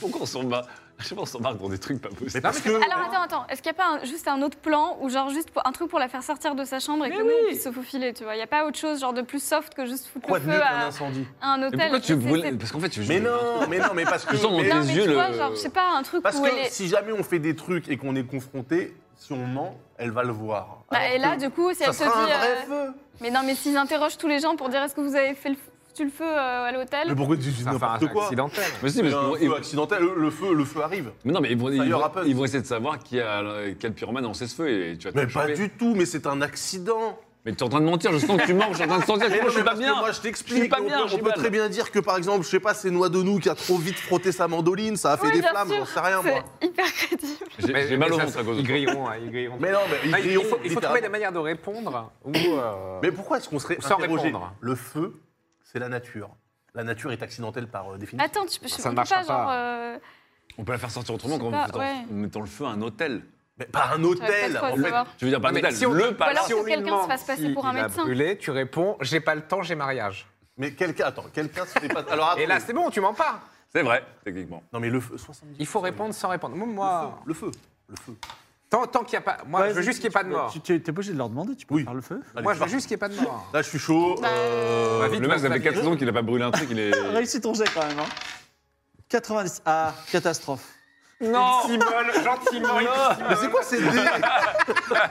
F: Pourquoi on s'en bat Je sais pas, on s'embarque dans des trucs pas possibles.
G: parce que.
B: Alors attends, attends, est-ce qu'il n'y a pas un- juste un autre plan ou genre juste pour- un truc pour la faire sortir de sa chambre et que nous on puisse se faufiler, tu vois Il n'y a pas autre chose genre de plus soft que juste foutre
G: Quoi
B: le
G: de mieux
B: feu
G: qu'un
B: à,
G: incendie
B: à un
F: Mais
B: hôtel
F: pourquoi tu
B: C'est- c'est-
F: brûles Parce qu'en fait, tu veux
G: Mais
F: juste-
G: non, mais non, mais parce que.
F: Ils sont montés
G: mais-
B: Non,
F: Les
B: mais
F: yeux,
B: tu vois,
F: le-
B: genre, je sais pas, un truc
G: Parce
B: où
G: que
B: elle est...
G: si jamais on fait des trucs et qu'on est confronté, si on ment, elle va le voir.
B: Bah,
G: Alors
B: et là,
G: que
B: du coup, si
G: ça
B: elle se
G: sera un
B: dit...
G: vrai
B: euh,
G: feu.
B: Mais non, mais s'ils interrogent tous les gens pour dire est-ce que vous avez fait le, foutu le feu euh, à l'hôtel
G: Mais pourquoi tu dis
H: Ça va faire
G: n'importe
H: un
G: quoi
H: accidentel.
F: Mais si, parce
G: Un
F: que-
G: feu accidentel, le, le feu, le feu arrive.
F: Mais non, mais ils vont, ils,
G: Fire
F: vont,
G: happens.
F: ils vont essayer de savoir qui a, euh, quel pyromane a lancé ce feu et tu vas te
G: Mais
F: faire
G: pas
F: choper.
G: du tout, mais c'est un accident.
F: Mais t'es en train de mentir, je sens que tu mens, je suis en train de sentir que
G: Mais
F: moi,
G: non,
F: je suis
G: mais
F: pas
G: parce que
F: bien.
G: Moi, je
F: Je
G: t'explique.
F: suis pas
G: on
F: bien,
G: peut,
F: j'ai
G: on peut
F: mal.
G: très bien dire que par exemple, je sais pas, c'est Noix de Nous qui a trop vite frotté sa mandoline, ça a fait
B: Oui,
G: des
B: bien
G: flammes,
B: sûr,
G: j'en sais rien moi.
B: C'est hyper crédible.
F: J'ai j'ai mal au
H: ça,
F: ventre à cause de
H: Ils
F: toi.
H: grilleront, hein, ils grilleront.
G: Mais non, mais ils
H: Ah, il,
G: grillons,
H: faut, il faut
G: littéralement.
H: trouver des manières de répondre. Ou, euh,
G: Mais pourquoi est-ce qu'on serait
H: Sans
G: interrogé
H: répondre.
G: Le feu, c'est la nature. La nature est accidentelle par euh, définition.
B: Attends, tu peux...
H: Ça
B: je
H: ne
B: peux pas,
H: marchera
B: genre...
H: pas.
B: euh,
F: On peut la faire sortir autrement
B: Je
F: quand
B: sais
F: en
B: pas,
F: mettant,
B: ouais.
F: en mettant le feu à un hôtel.
G: Mais par un
B: j'aurais pas
G: hôtel.
B: trop à
G: en fait.
B: savoir.
F: Tu veux dire pas un
H: mais
F: hôtel,
H: si on-
F: le
B: Ou alors
F: palace.
B: que
H: on lui
B: quelqu'un se
H: demande
B: fasse passer pour un
H: il a
B: médecin.
H: brûlé, tu réponds j'ai pas le temps, j'ai mariage.
G: Mais quelqu'un, attends, quelqu'un se fait pas. Alors attends.
H: Et là, c'est bon, tu mens pas.
F: C'est vrai, techniquement.
G: Non mais le feu, 70.
H: Il faut répondre sans répondre. Moi, moi,
G: Le feu, le feu.
H: tant, tant qu'il n'y a pas. Moi,
C: Ouais,
H: je veux
C: tu-
H: juste qu'il n'y ait pas de
C: tu-
H: mort.
C: Tu tu- t'es pas obligé de leur demander, tu peux
G: Oui.
C: faire le feu.
G: Allez,
H: Moi, je veux
G: pars.
H: juste qu'il n'y ait pas de mort.
G: Là, je suis chaud.
B: Bah,
G: euh,
H: Bah, vite.
F: Le mec, ça
H: passe
F: fait
H: la
F: 4
H: vie.
F: ans qu'il a pas brûlé un truc, il est.
C: Réussis ton jet quand même. Hein. 90. Ah, catastrophe.
H: Non Timol, gentiment, il
G: Mais c'est quoi ces dés
F: Gentiment,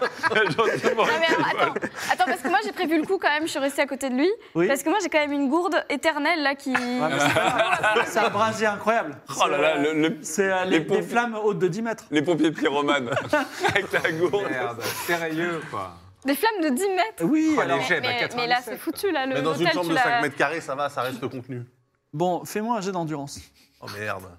B: Ah, mais
F: il
B: alors,
F: vole.
B: attends, attends, parce que moi j'ai prévu le coup quand même, je suis restée à côté de lui.
C: Oui.
B: Parce que moi j'ai quand même une gourde éternelle là qui.
C: Ouais, mais c'est pas grave. C'est un brasier incroyable.
F: Oh là là, le- le-
C: C'est euh, les,
F: Les pompes.
C: des flammes hautes de 10 mètres.
F: les pompiers pyromanes avec la gourde.
H: Merde, sérieux, quoi.
B: Des flammes de 10 mètres.
C: Oui,
H: Oh,
C: alors.
H: les
B: Mais,
H: jets. bah,
B: mais-
H: 97,
B: mais là c'est foutu là, le
G: Mais dans une
B: l'hôtel,
G: chambre
B: tu
G: de 5
B: l'as.
G: mètres carrés, ça va, ça reste contenu.
C: Bon, fais-moi un jet d'endurance.
G: Oh merde.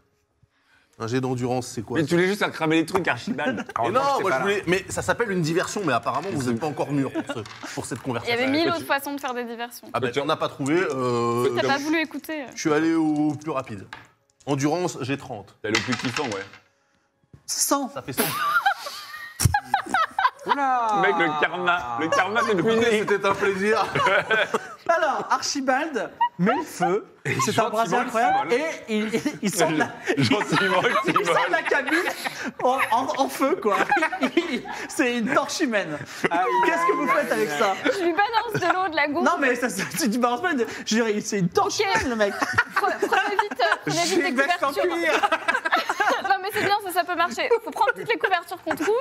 G: Un jet d'endurance, c'est quoi
F: Mais tu voulais juste faire cramer les trucs, Archibald.
G: Mais
H: Alors,
G: non, moi
H: j'étais pas
G: je
H: là.
G: voulais. Mais ça s'appelle une diversion, mais apparemment vous n'êtes pas encore mûr pour, ce- pour cette
B: Il y
G: conversation.
B: avait mille
G: Écoute,
B: autres façons de faire des diversions.
G: Ah bah tu en as pas trouvé. euh,
B: T'as pas
G: je-
B: voulu écouter.
G: Je suis allé au plus rapide. Endurance, j'ai 30.
F: T'as le plus kiffant, ouais.
C: 100
G: Ça fait 100.
H: Oula
F: Mec, le karma. Le karma, t'es ruiné.
G: C'était un plaisir.
C: Alors, Archibald met le feu, c'est un
H: gentiment,
C: brasier
H: il
C: incroyable,
H: s'envole.
C: et il, il, il sort de la,
F: Gentiment,
C: il
F: tu
C: sort de la
F: voles.
C: cabine en, en- en feu, quoi. C'est une torche humaine. Qu'est-ce que vous faites avec ça
B: Je lui balance de l'eau de la gourde.
C: Non, mais ça, ça- tu tu balances pas, une- je dirais, c'est une torche humaine, le mec.
B: Pre- Prenez vite, euh, prenez vite les couvertures. Non mais c'est bien, ça, ça peut marcher. Faut prendre toutes les couvertures qu'on trouve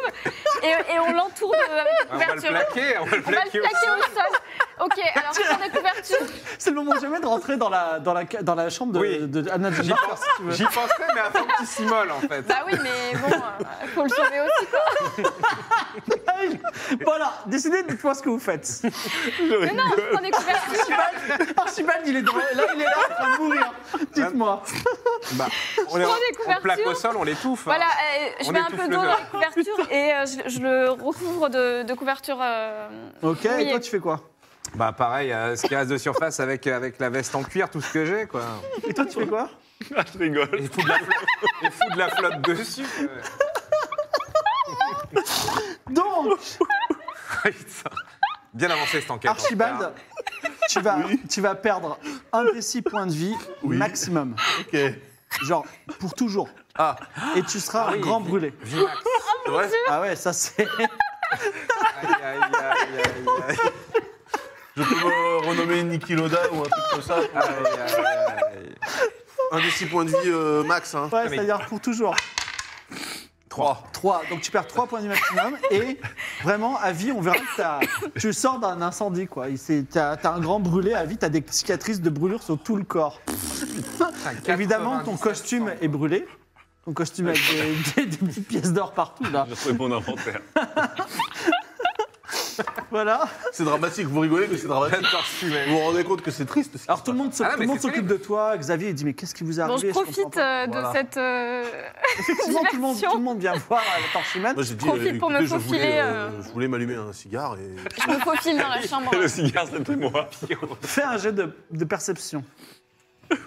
B: et, et on l'entoure de- avec des
H: Ah, On va le
B: couvertures.
H: plaquer, on va le
B: On va le
H: plaquer aussi.
B: plaquer au sol. Ok, alors je prends des couvertures.
C: C'est le moment jamais de rentrer dans la, dans la, ca- dans la chambre de,
H: Oui.
C: de, Anna de
H: J'y pense- J'y pensais, mais avant qu'il s'immole, en fait.
B: Bah oui, mais bon, euh, faut le sauver aussi. quoi.
C: Bon, alors, décidez, dites-moi ce que vous faites.
B: Mais non, je prends des couvertures.
C: Archibald, Archibald, il est dans- là, il est là, en train de mourir. Dites-moi.
H: Bah, on, les-
B: prends des
H: on le plaque au
B: couvertures.
H: sol, on l'étouffe. hein.
B: Voilà, euh, je
H: On
B: mets un
H: étouffe
B: peu
H: le
B: d'eau dans
H: verre.
B: les couvertures et euh, je, je le recouvre de, de couvertures. euh,
C: Ok, et
B: mouillées.
C: toi, tu fais quoi
H: Bah pareil, euh, ce qui reste de surface avec, euh, avec la veste en cuir, tout ce que j'ai, quoi.
C: Et toi, tu fais quoi
F: Ah, Je rigole.
H: Il fout de la flotte, il fout de la flotte dessus. euh.
C: Donc,
H: Putain. Bien avancé cette enquête. hein.
C: Archibald, tu vas, tu vas perdre un des six points de vie maximum.
G: Ok.
C: Genre, pour toujours.
G: Ah,
C: Et tu seras
H: Ah
C: un
H: oui.
C: grand brûlé.
H: Vive Max.
G: c'est vrai
C: Ah ouais, ça c'est.
H: Aïe, aïe, aïe, aïe, aïe.
G: Je peux me renommer Niki Loda ou un truc comme ça. pour, euh,
H: Aïe, aïe, aïe.
G: Un des six points de vie euh, max. Hein.
C: Ouais, c'est-à-dire pour toujours.
G: 3.
C: 3. Donc tu perds 3 points du maximum. Et vraiment, à vie, on verra que t'as- tu sors d'un incendie, quoi. Il s'est- T'as t'as un grand brûlé à vie, t'as des cicatrices de brûlure sur tout le corps.
H: Putain,
C: Évidemment, ton
H: 97%.
C: costume est brûlé. Ton costume avec des, des- des petites pièces d'or partout, là.
F: Je serai mon inventaire.
C: Voilà.
G: C'est dramatique, vous rigolez, mais c'est dramatique.
H: Pleine torse humaine.
G: Vous vous rendez compte que c'est triste ce qui
C: Alors
G: se
C: tout le monde se-
H: Ah, mais
C: tout le monde
H: c'est
C: s'occupe
H: terrible.
C: de toi. Xavier, il dit Mais qu'est-ce qui vous est
B: Bon,
C: arrivé
B: je
C: comprends
B: profite
C: pas.
B: euh, de
G: Voilà.
B: cette. euh,
C: Effectivement, tout le, monde, tout le monde vient voir euh, la torche humaine.
G: Moi, j'ai dit,
B: Profite
G: euh,
B: pour me
G: écoutez, je
B: faufiler,
G: voulais,
B: euh.
G: je voulais m'allumer un cigare et.
B: je me faufile dans la chambre.
F: Le cigare, c'était moi.
C: Fais un jet de, de perception. il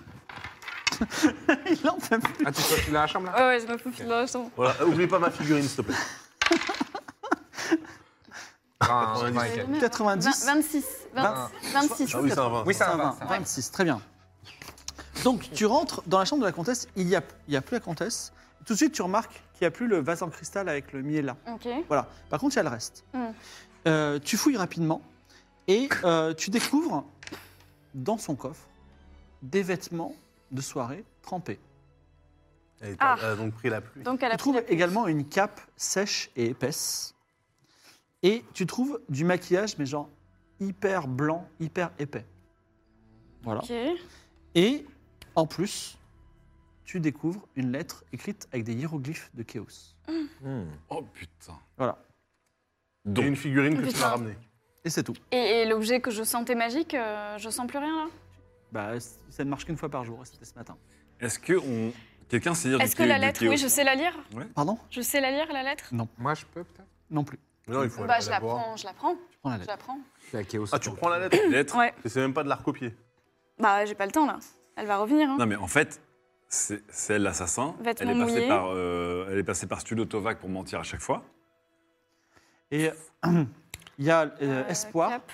C: en fait plus.
H: Ah, tu sois dans la chambre, là
B: Ouais, ouais, je me faufile dans la chambre.
G: Voilà, euh, oublie pas ma figurine, s'il te plaît.
H: Ah, un- un- un-
C: 90.
B: 26. 20, 26.
G: Ah oui, c'est un vin.
H: Oui, c'est un
C: Ça va,
H: vin. c'est un vin.
C: 26, très bien. Donc tu rentres dans la chambre de la comtesse, il n'y a, il y a plus la comtesse. Tout de suite, tu remarques qu'il n'y a plus le vase en cristal avec le miel là.
B: Ok.
C: Voilà. Par contre, il y a le reste.
B: Mm.
C: Euh, tu fouilles rapidement et euh, tu découvres dans son coffre des vêtements de soirée trempés.
G: Elle
B: Ah.
G: a donc pris la pluie.
B: Donc elle a
C: Tu
B: pris
C: trouves
B: la-
C: également une cape sèche et épaisse. Et tu trouves du maquillage, mais genre hyper blanc, hyper épais. Voilà.
B: Ok.
C: Et en plus, tu découvres une lettre écrite avec des hiéroglyphes de Chaos.
F: Oh putain.
C: Voilà.
G: Et
F: Donc,
G: une figurine que tu
B: Putain.
G: m'as ramenée.
C: Et c'est tout.
B: Et, et l'objet que je sentais magique, euh, je sens plus rien là
C: Bah, c- ça ne marche qu'une fois par jour, et c'était ce matin.
F: est-ce que on... quelqu'un sait lire
B: Est-ce
F: du
B: que
F: chaos-
B: la
F: du
B: lettre,
F: chaos
B: oui, je sais la lire
C: Pardon
B: Je sais la lire, la lettre
H: Moi, je peux peut-être
C: Non plus.
G: Non, il faut
B: Bah,
G: aller
B: je la
G: la voir.
B: prends, je la prends,
C: Tu prends la
B: je
C: lettre.
B: la prends.
G: Ah, tu reprends la lettre
F: Lettre.
B: Ouais.
G: Et c'est même pas de la recopier.
B: Bah, j'ai pas le temps là. Elle va revenir. Hein.
F: Non mais en fait, c'est c'est elle l'assassin. Elle
B: Vêtements
F: est passée
B: mouillés.
F: par, euh, elle est passée par Studio Tovac pour mentir à chaque fois.
C: Et il y a euh,
B: Euh,
C: Espoir,
B: cap.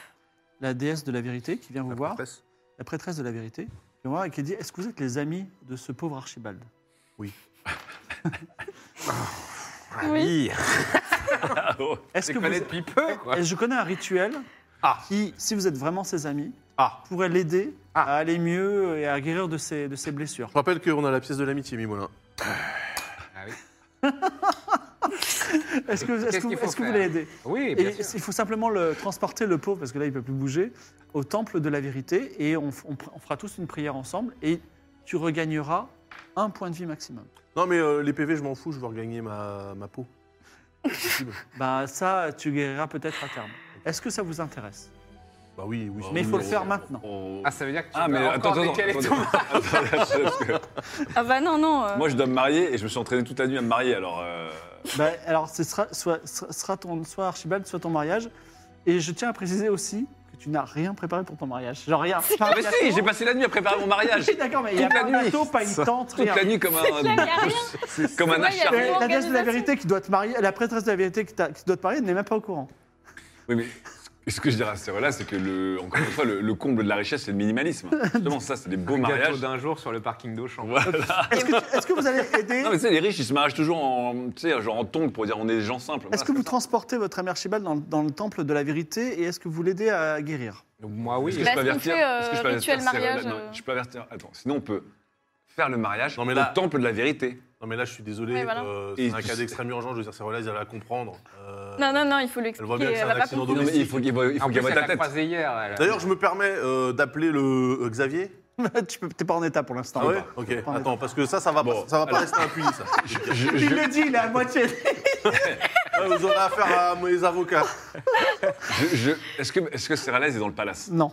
C: la déesse de la vérité, qui vient vous
G: La
C: voir,
G: prêtresse.
C: la prêtresse de la vérité, qui vient voir et qui dit Est-ce que vous êtes les amis de ce pauvre Archibald
B: Oui.
F: Ah, oh.
C: Est-ce que vous-
H: depuis peu, quoi.
C: Et je connais un rituel
G: Ah.
C: qui, si vous êtes vraiment ses amis,
G: Ah.
C: pourrait l'aider
H: Ah.
C: à aller mieux et à guérir de ses, de ses blessures.
G: Je rappelle qu'on a la pièce de l'amitié, Mimolin.
H: Ah oui.
C: Est-ce que, est-ce
H: Qu'est-ce
C: que vous-
H: qu'il faut
C: est-ce que vous
H: faire
C: voulez aider
H: Oui,
C: Et
H: bien sûr.
C: Il faut simplement le transporter, le pauvre, parce que là, il ne peut plus bouger, au temple de la vérité, et on, f- on pr- on fera tous une prière ensemble, et tu regagneras un point de vie maximum.
G: Non, mais euh, les PV, je m'en fous, je veux regagner ma, ma peau.
C: Bah ça, tu guériras peut-être à terme. Est-ce que ça vous intéresse
G: Bah oui, oui.
C: Mais il
G: c'est-
C: faut le faire maintenant.
F: Oh.
H: Ah, ça veut dire que tu
F: Ah, mais
H: dois
F: attends,
H: encore
F: attends,
H: décaler
F: attends,
H: ton-
F: attends, attends, attends, parce que
B: Ah bah non, non. euh,
F: Moi, je dois me marier et je me suis entraîné toute la nuit à me marier, alors. euh,
C: Bah, alors, ce sera, soit, ce sera ton, soit Archibald, soit ton mariage. Et je tiens à préciser aussi que tu n'as rien préparé pour ton mariage. Genre rien. Pas un
F: Ah, mais si,
C: gâteau.
F: j'ai passé la nuit à préparer mon mariage.
C: Oui, d'accord, mais il n'y a
F: Toute
C: pas
F: la
C: de
F: nuit.
C: gâteau, pas une tente,
F: Toute
C: rien.
F: la nuit comme
B: clair, y a
F: un.
B: rien.
F: Comme
B: Ouais,
F: un
B: y a
F: acharné.
B: rien.
C: Mais La déesse de la
B: Organisation.
C: vérité qui doit te marier, la prêtresse de la vérité qui, t'a- qui doit te marier n'est même pas au courant.
F: Oui, mais ce que je dirais à ces là c'est que, le, encore une fois, le, le comble de la richesse, c'est le minimalisme. Justement, ça, c'est des beaux
H: Un gâteau
F: mariages.
H: d'un jour sur le parking d'Auchan.
C: Est-ce que, tu- est-ce que vous allez aider
F: Ah, Non, mais tu sais, les riches, ils se marient toujours en, tu sais, genre en tongs pour dire on est des gens simples.
C: Est-ce que vous transportez votre ami Archibald dans, dans le temple de la vérité et est-ce que vous l'aidez à guérir
H: Donc, moi, oui.
F: Est-ce que
B: Bah,
F: je peux
B: si on
F: avertir
B: fait, euh,
F: Est-ce que je peux
B: rituel
F: avertir Cyril-
B: mariage,
F: non,
B: euh.
F: je peux avertir. Attends, sinon on peut faire le mariage
G: Non, mais là-
F: au temple de la vérité.
G: Non, mais là, je suis désolé.
B: Ouais, voilà.
G: euh,
F: Et
G: c'est un
F: tu
G: cas
F: sais-
G: d'extrême urgence. Je veux dire, c'est relais, ils allaient la comprendre. Euh,
B: Non, non, non, il faut lui
G: Elle voit
B: expliquer.
G: bien que c'est
B: Elle
G: un
B: va pas
G: accident
B: comprendre.
F: Non, mais il faut qu'il voie, il faut
H: En
F: qu'il
H: plus,
F: voie
H: elle
F: ta
H: l'a
F: tête.
H: croisé hier. elle.
G: D'ailleurs, je me permets euh, d'appeler le euh, Xavier.
C: Tu peux- t'es pas en état pour l'instant.
G: Ah ouais Ok, attends, parce que ça, ça va,
F: Bon,
G: pas, ça va pas
F: alors-
G: rester impuni, ça.
F: Je-
C: Il
F: je-
C: le dit, il est à moitié.
G: Ouais, vous aurez affaire à mes avocats.
F: je- je- Est-ce que, est-ce que Céralès est dans le palace
C: Non,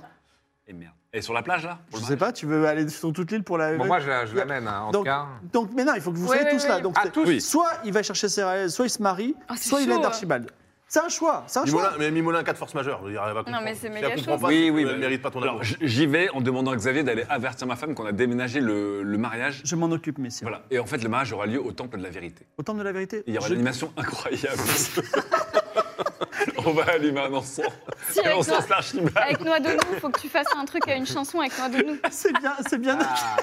F: Et merde. Elle est sur la plage là
C: je
F: pour le
C: sais pas, tu veux aller sur toute l'île pour la.
H: Bon, moi, je, la- je l'amène, hein, en
C: Donc-
H: tout cas.
C: Donc, mais non, il faut que vous
B: Ouais,
C: soyez
B: ouais,
C: tous
B: ouais.
C: là. Donc,
H: Ah,
C: c'est-
H: tous
F: Oui.
C: Soit il va chercher Céréales, soit il se marie,
B: Ah, c'est
C: soit il
B: chaud,
C: aide
B: hein.
C: Archibald. C'est un choix, c'est un choix.
G: Mimolin, mais Mimolin, cas de force majeure. je veux dire, Elle va comprendre.
B: mais c'est
G: Si elle
B: méga
G: comprend
B: chose.
G: pas,
F: Oui,
G: c'est
F: oui,
G: qu'elle
F: bah-
G: mérite pas ton
F: Alors
G: amour.
F: j- j'y vais en demandant à Xavier d'aller avertir ma femme qu'on a déménagé le, le mariage.
C: Je m'en occupe, messieurs.
F: Voilà. Et en fait, le mariage aura lieu au temple de la vérité.
C: Au temple de la vérité,
F: Et il y aura
C: je-
F: une animation incroyable. on va allumer un encens.
B: Si,
F: Et
B: avec
F: on sort
B: Noix-
F: l'archibald.
B: avec Noix de Nous, faut que tu fasses un truc à une chanson avec Noix de Nous.
C: c'est bien, c'est bien,
H: Ah,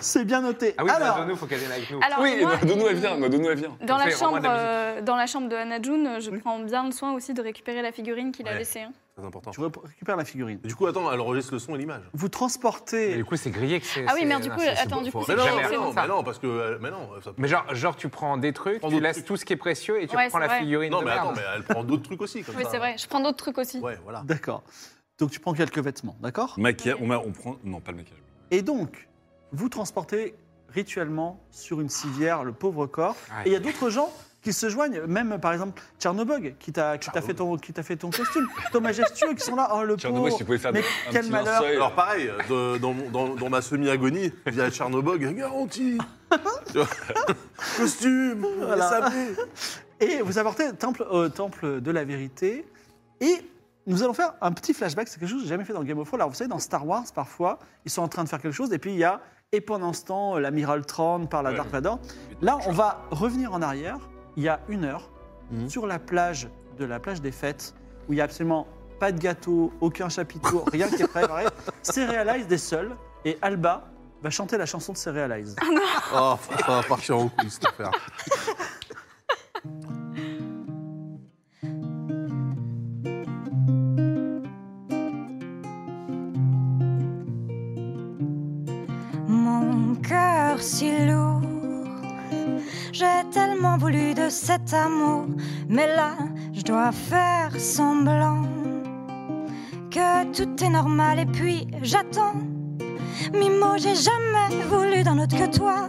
C: c'est bien noté.
H: ah oui,
C: Alors,
H: nous, faut qu'elle vienne avec nous.
B: Alors,
F: Oui,
B: moi,
F: de nous, elle
B: il-
F: vient. De nous, elle vient.
B: Dans
H: Ça
B: la,
H: ira moins
B: chambre,
H: de la musique.
B: euh, dans la chambre de Hannah June, euh, je
C: Oui.
B: prends bien le soin aussi de récupérer la figurine qu'il a
G: Ouais.
B: laissée. hein.
G: Très important.
C: tu rep- récupères la figurine.
G: Du coup, attends, elle enregistre le son et l'image.
C: Vous
H: Mais
C: transportez.
H: du coup, c'est grillé que c'est.
B: Ah oui,
H: c'est-
B: merde, du
H: non,
B: coup,
H: c'est- c'est
B: attends,
H: bon,
B: du
H: faut-
B: coup,
H: faut
G: Mais
B: c'est
G: non,
H: jamais
B: c'est
G: mais non,
H: arrêter
B: bon,
G: mais
H: ça.
G: non, parce que. euh, Mais non, ça-
H: Mais genre, genre, tu prends des trucs,
G: Prends
H: tu
G: d'autres
H: laisses
G: trucs.
H: tout ce qui est précieux et tu
B: Ouais,
H: prends
B: c'est
H: la
B: vrai.
H: figurine
G: Non,
H: de
G: mais attends,
H: merde.
G: mais elle prend d'autres trucs aussi. Comme
B: Oui,
G: ça.
B: c'est vrai. Je prends d'autres trucs aussi.
G: Ouais, voilà.
C: D'accord. Donc tu prends quelques vêtements, d'accord
F: Maquillage, on, m'a- on prend. Non, pas le maquillage.
C: Et donc, vous transportez rituellement sur une civière le pauvre corps.
H: Aïe.
C: Et il y a d'autres gens qui se joignent, même par exemple Tchernobog, qui t'a qui t'a fait, ton- qui t'a fait ton costume, ton majestueux, qui sont là, oh le
F: Tchernobyl, si
C: pauvre.
F: tu pouvais faire
C: Mais
F: un
C: quel
F: petit
C: malheur.
F: linceul.
G: Alors, pareil, de- dans, mon- dans- dans ma semi-agonie, via Tchernobog, garantie Tu vois Costume
C: Voilà.
G: sablé.
C: Et vous apportez le temple, au temple de la vérité. Et nous allons faire un petit flashback. C'est quelque chose que j'ai jamais fait dans Game of Thrones. Alors, vous savez, dans Star Wars, parfois, ils sont en train de faire quelque chose. Et puis, il y a, et pendant ce temps, l'amiral Tron par la
F: Ouais.
C: Dark Vador. Là, on va revenir en arrière. Il y a une heure,
G: Mhm.
C: sur la plage de la plage des fêtes, où il n'y a absolument pas de gâteau, aucun chapiteau, rien qui est préparé. Cerealize est seul. Et Alba va chanter la chanson de Cerealize.
G: Oh, ça va partir en couille, cette affaire.
E: Mon cœur si lourd, j'ai tellement voulu de cet amour, mais là je dois faire semblant que tout est normal et puis j'attends. Mimo, j'ai jamais voulu d'un autre que toi,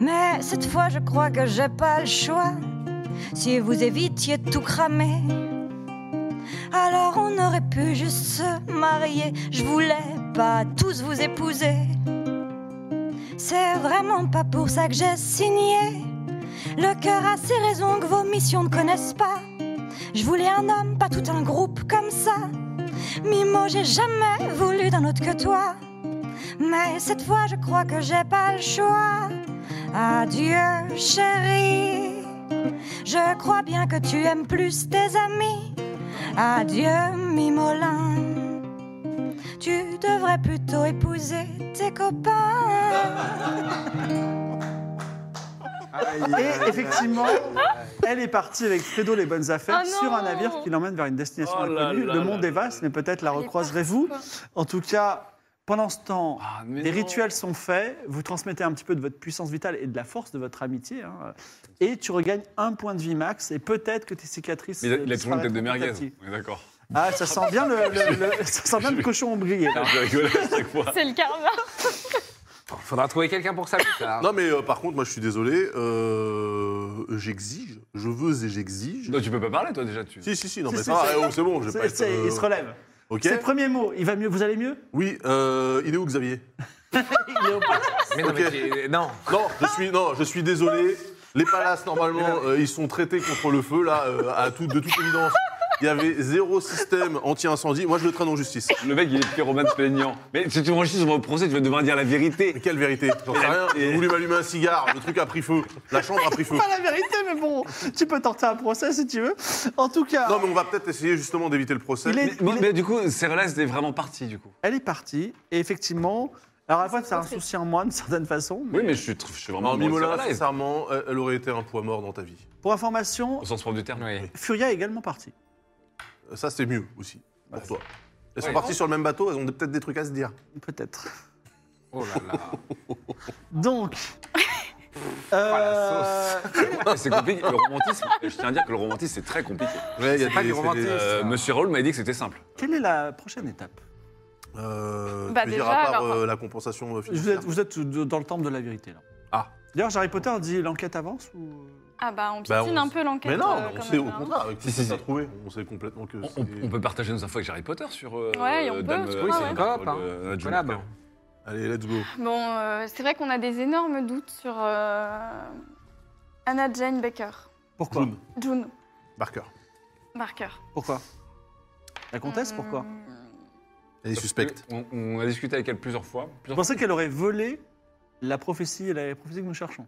E: mais cette fois je crois que j'ai pas le choix. Si vous évitiez de tout cramer, alors on aurait pu juste se marier. Je voulais pas tous vous épouser. C'est vraiment pas pour ça que j'ai signé. Le cœur a ses raisons que vos missions ne connaissent pas. Je voulais un homme, pas tout un groupe comme ça. Mimo, j'ai jamais voulu d'un autre que toi. Mais cette fois, je crois que j'ai pas le choix. Adieu, chérie. Je crois bien que tu aimes plus tes amis. Adieu, Mimolin. Tu devrais plutôt épouser tes copains.
C: Et effectivement, elle est partie avec Fredo les bonnes affaires
B: Oh non
C: sur un navire qui l'emmène vers une destination
F: Oh là
C: inconnue.
F: là
C: Le
F: là
C: monde
F: là
C: est vaste, mais peut-être la
B: Elle est
C: recroiserez-vous.
B: partie,
C: En tout cas, Pendant ce temps,
F: Ah, mais
C: les
F: non.
C: rituels sont faits, vous transmettez un petit peu de votre puissance vitale et de la force de votre amitié, hein, et tu regagnes un point de vie max, et peut-être que tes cicatrices.
F: Mais il a,
C: euh,
F: il a toujours une tête de
C: disparaîtront
F: merguez.
C: petit à petit.
F: On est d'accord.
C: Ah, ça sent bien le, le- le- ça sent bien le cochon ombrié. là.
F: Je rigole à chaque fois.
B: C'est le karma.
H: Faudra trouver quelqu'un pour ça plus tard.
G: Non, mais euh, par contre, moi, je suis désolé. euh, j'exige. Je veux et j'exige.
F: Non, tu peux pas parler, toi, déjà. Tu...
G: Si, si, si. Non,
C: Si,
G: mais
C: si,
G: ça va.
C: si.
G: eh, oh, C'est bon, je vais pas
C: C'est-
G: être...
C: c'est-
G: euh,
C: Il se relève.
G: Ok.
C: C'est le premier mot. Il va mieux. Vous allez mieux
G: Oui, euh, il est où, Xavier
C: Il est au palace.
H: Mais non, mais
G: Ok.
H: qui- non.
G: Non, je suis, non, je suis désolé. Les palaces, normalement, euh, ils sont traités contre le feu, là, euh, à tout- de toute évidence. Il y avait zéro système anti-incendie. Moi, je le traîne en justice.
F: Le mec, il est pyromane plaignant. Mais si tu m'enregistres sur mon procès, tu vas devoir dire la vérité.
G: Mais quelle vérité J'en sais rien. J'ai voulu m'allumer un cigare, le truc a pris feu. La chambre a pris feu.
C: Pas la vérité, mais bon, tu peux tenter un procès si tu veux. En tout cas,
G: Non, mais on va peut-être essayer justement d'éviter le procès.
C: Il est-
F: Mais, bon, mais du coup, Cérelès est vraiment parti, du coup.
C: elle est partie. Et effectivement, alors à la fois, c'est un
B: triste.
C: souci en moi d'une certaine façon. mais
F: Oui, mais je suis, je suis vraiment
G: Non,
F: amoureux de
G: Mimola,
F: Cérelès,
G: sincèrement, elle- elle aurait été un poids mort dans ta vie.
C: Pour information,
F: Au sens propre du terme.
H: Oui.
C: Furia est également partie.
G: Euh, Ça, c'est mieux aussi, pour toi. Elles sont
H: Ouais.
G: parties sur le même bateau, elles ont peut-être des trucs à se dire.
C: Peut-être.
H: Oh là là.
C: Donc. euh,
H: la
G: Oh,
F: Mais C'est compliqué. Le romantisme, je tiens à dire que le romantisme, c'est très compliqué.
G: Ouais, il y a
H: C'est pas
G: des- c'est
H: du
G: des-
H: romantisme.
F: Euh,
H: ça.
F: Monsieur Raoul m'a dit que c'était simple.
C: Quelle est la prochaine étape
G: Euh,
B: Bah,
G: tu veux dire,
B: déjà,
G: à part
B: alors-
G: euh, la compensation euh,
C: vous
G: financière.
C: êtes, vous êtes dans le temple de la vérité, là.
G: Ah.
C: D'ailleurs, Harry Potter dit l'enquête avance ou.
B: Ah bah, on
G: Bah,
B: piétine
G: on-
B: un peu l'enquête.
G: Mais non,
B: euh,
G: on
B: quand
G: sait
B: même,
G: au
B: hein.
G: contraire, avec
F: Si,
G: qui
F: si,
G: ça
F: si.
G: trouvé. On sait complètement que.
F: On,
G: c'est-
F: on- on peut partager nos infos avec Harry Potter sur euh,
B: Ouais, on peut,
F: Dame,
B: je
F: euh,
B: crois,
F: Dame
B: ouais.
F: Harry
H: Coop, hein.
F: euh, John
H: Collab.
F: Walker.
G: Allez, let's go.
B: Bon, euh, c'est vrai qu'on a des énormes doutes sur euh, Anna Jane Baker.
C: Pourquoi
G: June.
B: June
G: Barker.
B: Barker.
C: Pourquoi La comtesse, pourquoi
B: Hmm.
G: Elle est suspecte.
F: On, on a discuté avec elle plusieurs fois.
C: Je
F: Plusieurs
C: pensais qu'elle aurait volé la prophétie et la prophétie que nous cherchons.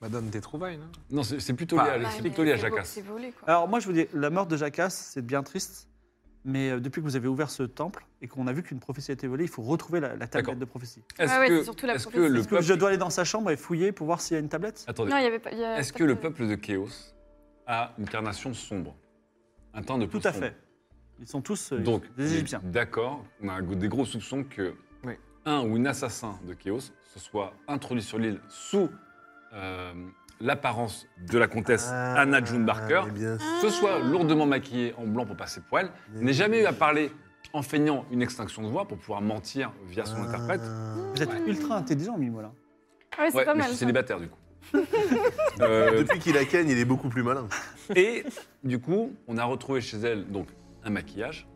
H: Madame des Bah, trouvailles, non
F: Non, c'est c'est plutôt
H: Bah,
F: lié à,
B: Bah,
F: c'est
B: mais
F: plutôt lié à
B: c'est vo-
F: Jacasse.
B: C'est volé, quoi.
C: Alors moi je vous dis, la mort de Jacasse, c'est bien triste, mais euh, depuis que vous avez ouvert ce temple et qu'on a vu qu'une prophétie a été volée, il faut retrouver la, la
F: D'accord.
C: tablette de prophétie.
F: Est-ce
B: Ouais, ouais,
F: que,
B: c'est surtout la
F: est-ce que
B: prophétie.
F: le
C: Est-ce que
F: peuple... Ah,
C: je dois aller dans sa chambre et fouiller pour voir s'il y a une tablette
F: Attendez.
B: Non, il y avait pas. il y a
F: Est-ce
B: pas
F: que le
B: de-
F: peuple de Chaos a une carnation sombre Un teint de peau
C: Tout à
F: sombre.
C: fait. Ils sont tous euh,
F: Donc,
C: des Égyptiens.
F: on est D'accord, on a des gros soupçons que
H: Oui.
F: un ou une assassin de Chaos se soit introduit sur l'île sous euh, l'apparence de la comtesse
C: Ah.
F: Anna June Barker,
G: Eh bien,
F: se soit lourdement maquillée en blanc pour passer pour elle, n'ait jamais eu à parler en feignant une extinction de voix pour pouvoir mentir via
G: Ah.
F: son interprète.
C: Vous êtes ultra intelligent, Mimola.
B: Ouais, Ah, c'est
F: Ouais,
B: pas
F: mais je
B: mal.
F: suis
B: ça.
F: célibataire du coup. Euh,
G: Depuis qu'il a Ken, il est beaucoup plus malin.
F: Et du coup, on a retrouvé chez elle donc un maquillage,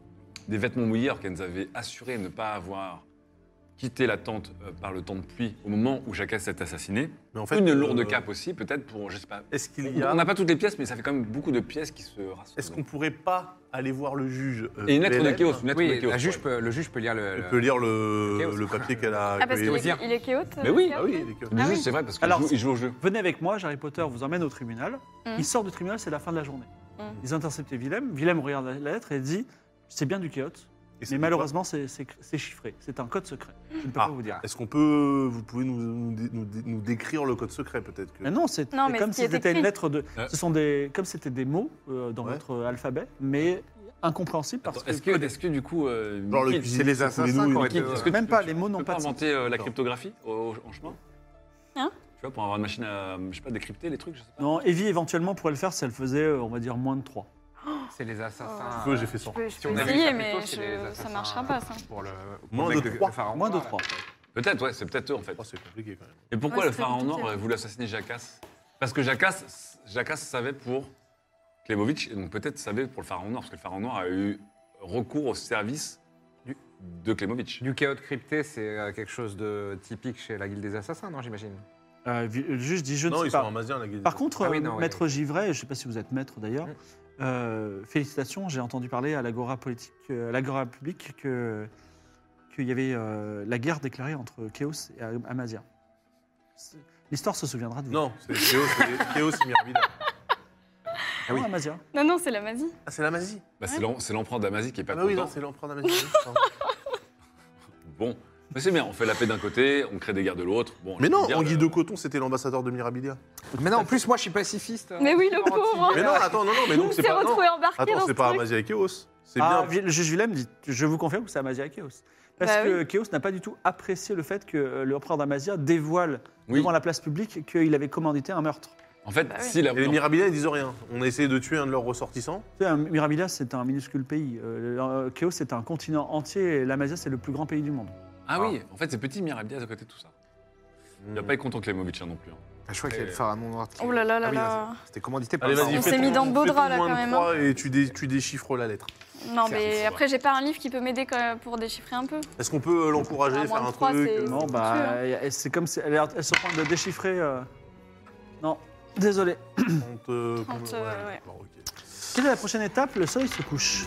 F: des vêtements mouillés alors qu'elle nous avait assuré ne pas avoir quitté la tente euh, par le temps de pluie au moment où Jacques s'est assassiné.
G: Mais en fait,
F: Une
G: euh,
F: lourde cape aussi, peut-être pour, je sais pas.
G: Est-ce qu'il y
F: On
G: a.
F: n'a pas toutes les pièces, mais ça fait quand même beaucoup de pièces qui se rassemblent.
G: Est-ce qu'on pourrait pas aller voir le juge euh,
F: Et une lettre de
G: PLM?
F: chaos, une lettre
H: Oui,
F: de chaos.
H: la juge
F: ouais.
H: peut- le juge peut lire le.
G: Elle
H: le-
G: peut lire le,
H: Chaos.
G: le papier qu'elle a.
B: Ah, parce
G: que-
B: qu'il
H: veut dire-
B: est, il est chaote
F: Mais oui,
B: le
G: Ah
B: chaos
G: oui, elle est chaos.
F: Le
B: Ah
F: juge,
B: oui.
F: c'est vrai, parce qu'il
C: Alors,
F: joue, il joue au jeu.
C: Venez avec moi, Harry Potter vous emmène au tribunal.
B: Mhm.
C: Il sort du tribunal, c'est la fin de la journée.
B: Mhm.
C: Ils interceptent Willem. Willem regarde la- la lettre et dit C'est bien du chaos,
G: Et c'est
C: mais
G: quoi
C: malheureusement, c'est- c'est c'est chiffré. C'est un code secret. Je ne peux
G: Ah.
C: pas vous dire.
G: Est-ce qu'on peut. Vous pouvez nous, nous dé- nous dé- nous décrire le code secret, peut-être que...
C: Mais Euh, non, c'est
B: Non,
C: c'est
B: mais
C: comme
B: ce
C: si
B: qui est
C: c'était une
B: écrit.
C: lettre de.
F: Euh.
C: Ce sont des. Comme c'était des mots euh, dans
G: Ouais.
C: votre alphabet, mais incompréhensibles parce
F: Attends, Est-ce
C: que.
F: que, est-ce que du coup. euh,
G: Genre le
F: Mickey,
G: cuisinier,
H: les
G: tous
H: assassins
G: nous, hein.
H: qui ont
G: il-
H: été- euh,
F: est-ce que
C: Même
F: tu-
C: pas,
F: tu-
C: les mots
F: tu
C: n'ont
F: peux
C: pas de sens.
F: inventer euh, la
G: D'accord.
F: cryptographie au- au- en chemin
B: Hein
F: Tu vois, pour avoir une machine à, je sais pas, décrypter les trucs, je sais pas.
C: Non, Evie, éventuellement, pourrait le faire si elle faisait, euh, on va dire, moins de 3.
H: C'est les assassins. euh,
G: Feu, j'ai fait 100.
B: Je peux, je
H: Si
B: peux
H: on avait
B: essayer,
H: ça plus tôt,
B: mais
H: c'est
B: je-
H: les
B: ça
H: assassins
B: marchera pas, ça.
H: Pour le, pour
G: Moins
H: le
G: de
H: mec
G: trois.
H: le pharaon
C: Moins de
H: noir,
C: 3.
F: Peut-être, ouais, c'est peut-être eux en fait.
G: Oh, c'est compliqué quand même.
F: Et pourquoi
B: Ouais,
F: le
B: c'est
F: pharaon
B: compliqué.
F: noir aurait voulu assassiner Jacasse Parce que Jacasse, Jacasse savait pour Klebovitch, et donc peut-être savait pour le pharaon noir, parce que le pharaon noir a eu recours au service du- de Klebovitch.
H: Du chaos de crypté, c'est euh, quelque chose de typique chez la guilde des assassins, non, j'imagine
C: Euh, vi- le juge dit Je ne
G: non,
C: sais
G: ils
C: pas.
G: sont amasiens, la guilde.
C: Par contre,
H: Ah oui,
C: euh,
H: non, oui,
C: Maître Givray, je ne sais pas si vous êtes maître d'ailleurs,
H: Mm.
C: euh, félicitations, j'ai entendu parler à l'Agora politique, euh, à l'Agora publique que qu'il y avait euh, la guerre déclarée entre Chaos et Am- Amazia. C'est- L'histoire se souviendra de vous.
G: Non, c'est Chaos, c'est Chaos et Mirabida.
C: Ah oui.
H: oui.
C: Amazia.
B: Non, non, c'est la magie.
G: Ah, c'est la magie.
F: Bah, c'est l'em- c'est l'empereur d'Amazie qui est pas
G: Ah, bah oui,
F: content.
G: non, c'est l'empereur d'Amazie.
F: bon, mais c'est bien, on fait la paix d'un côté, on crée des guerres de l'autre. Bon,
G: Mais
F: je veux
G: non,
F: dire,
G: Anguille
F: euh,
G: de Coton, c'était l'ambassadeur de Mirabilia.
H: Mais non, en plus, moi, je suis pacifiste. hein.
B: Mais oui, le
H: Anti-
B: pauvre.
G: Ah, Mais non, attends, non, non, mais
B: On
G: donc c'est
B: s'est
G: pas. non.
B: retrouvé embarqué
G: Attends,
B: dans ce
G: c'est pas
B: truc.
G: Amazie et Chaos. C'est
C: Ah,
G: bien.
C: vi- le juge Willem dit Je vous confirme que c'est Amazia et Chaos. Parce
B: Bah
C: que Chaos n'a pas du tout apprécié le fait que euh, l'empereur d'Amazia dévoile
F: Oui.
C: devant la place publique qu'il avait commandité un meurtre.
F: En fait,
B: Bah oui.
F: si la.
G: Et les Mirabiliens, ils disent rien. On a essayé de tuer un de leurs ressortissants.
C: Tu sais, un- Mirabilia, c'est un minuscule pays. Euh, euh, Chaos, c'est un continent entier et l'Amazia, c'est le plus grand pays du monde.
F: Ah oui, en fait, c'est petit Mirabilia à côté de tout ça. Il
G: Mm.
F: va pas être content Klemovic hein, non plus. hein.
D: Ah,
H: Eh.
D: je crois qu'il y avait le pharaon noir. qui-
B: Oh là là là
D: Ah oui,
B: là.
D: C'était commandité par
G: Allez,
D: le
G: vas-y,
B: On
D: pharaon.
G: fais
B: s'est
G: ton-
B: mis dans le beau
G: fais ton
B: drap, là,
G: moins de
B: quand même, hein.
G: trois Et tu, dé- tu déchiffres la lettre.
B: Non,
F: C'est
B: mais
F: impossible.
B: après, j'ai pas un livre qui peut m'aider quand même pour déchiffrer un peu.
G: Est-ce qu'on peut euh, l'encourager,
B: Ah,
G: faire
B: moins de
G: un
B: trois,
G: truc
B: c'est-
G: euh,
C: Non,
B: tu
C: bah,
B: veux,
C: elle- c'est comme si elle, est en- elle se prend de déchiffrer. euh, Non, désolé.
G: trente, euh,
B: Trente,
G: comment-
B: euh, ouais.
G: bon, ok.
C: Quelle est la prochaine étape Le soleil se couche.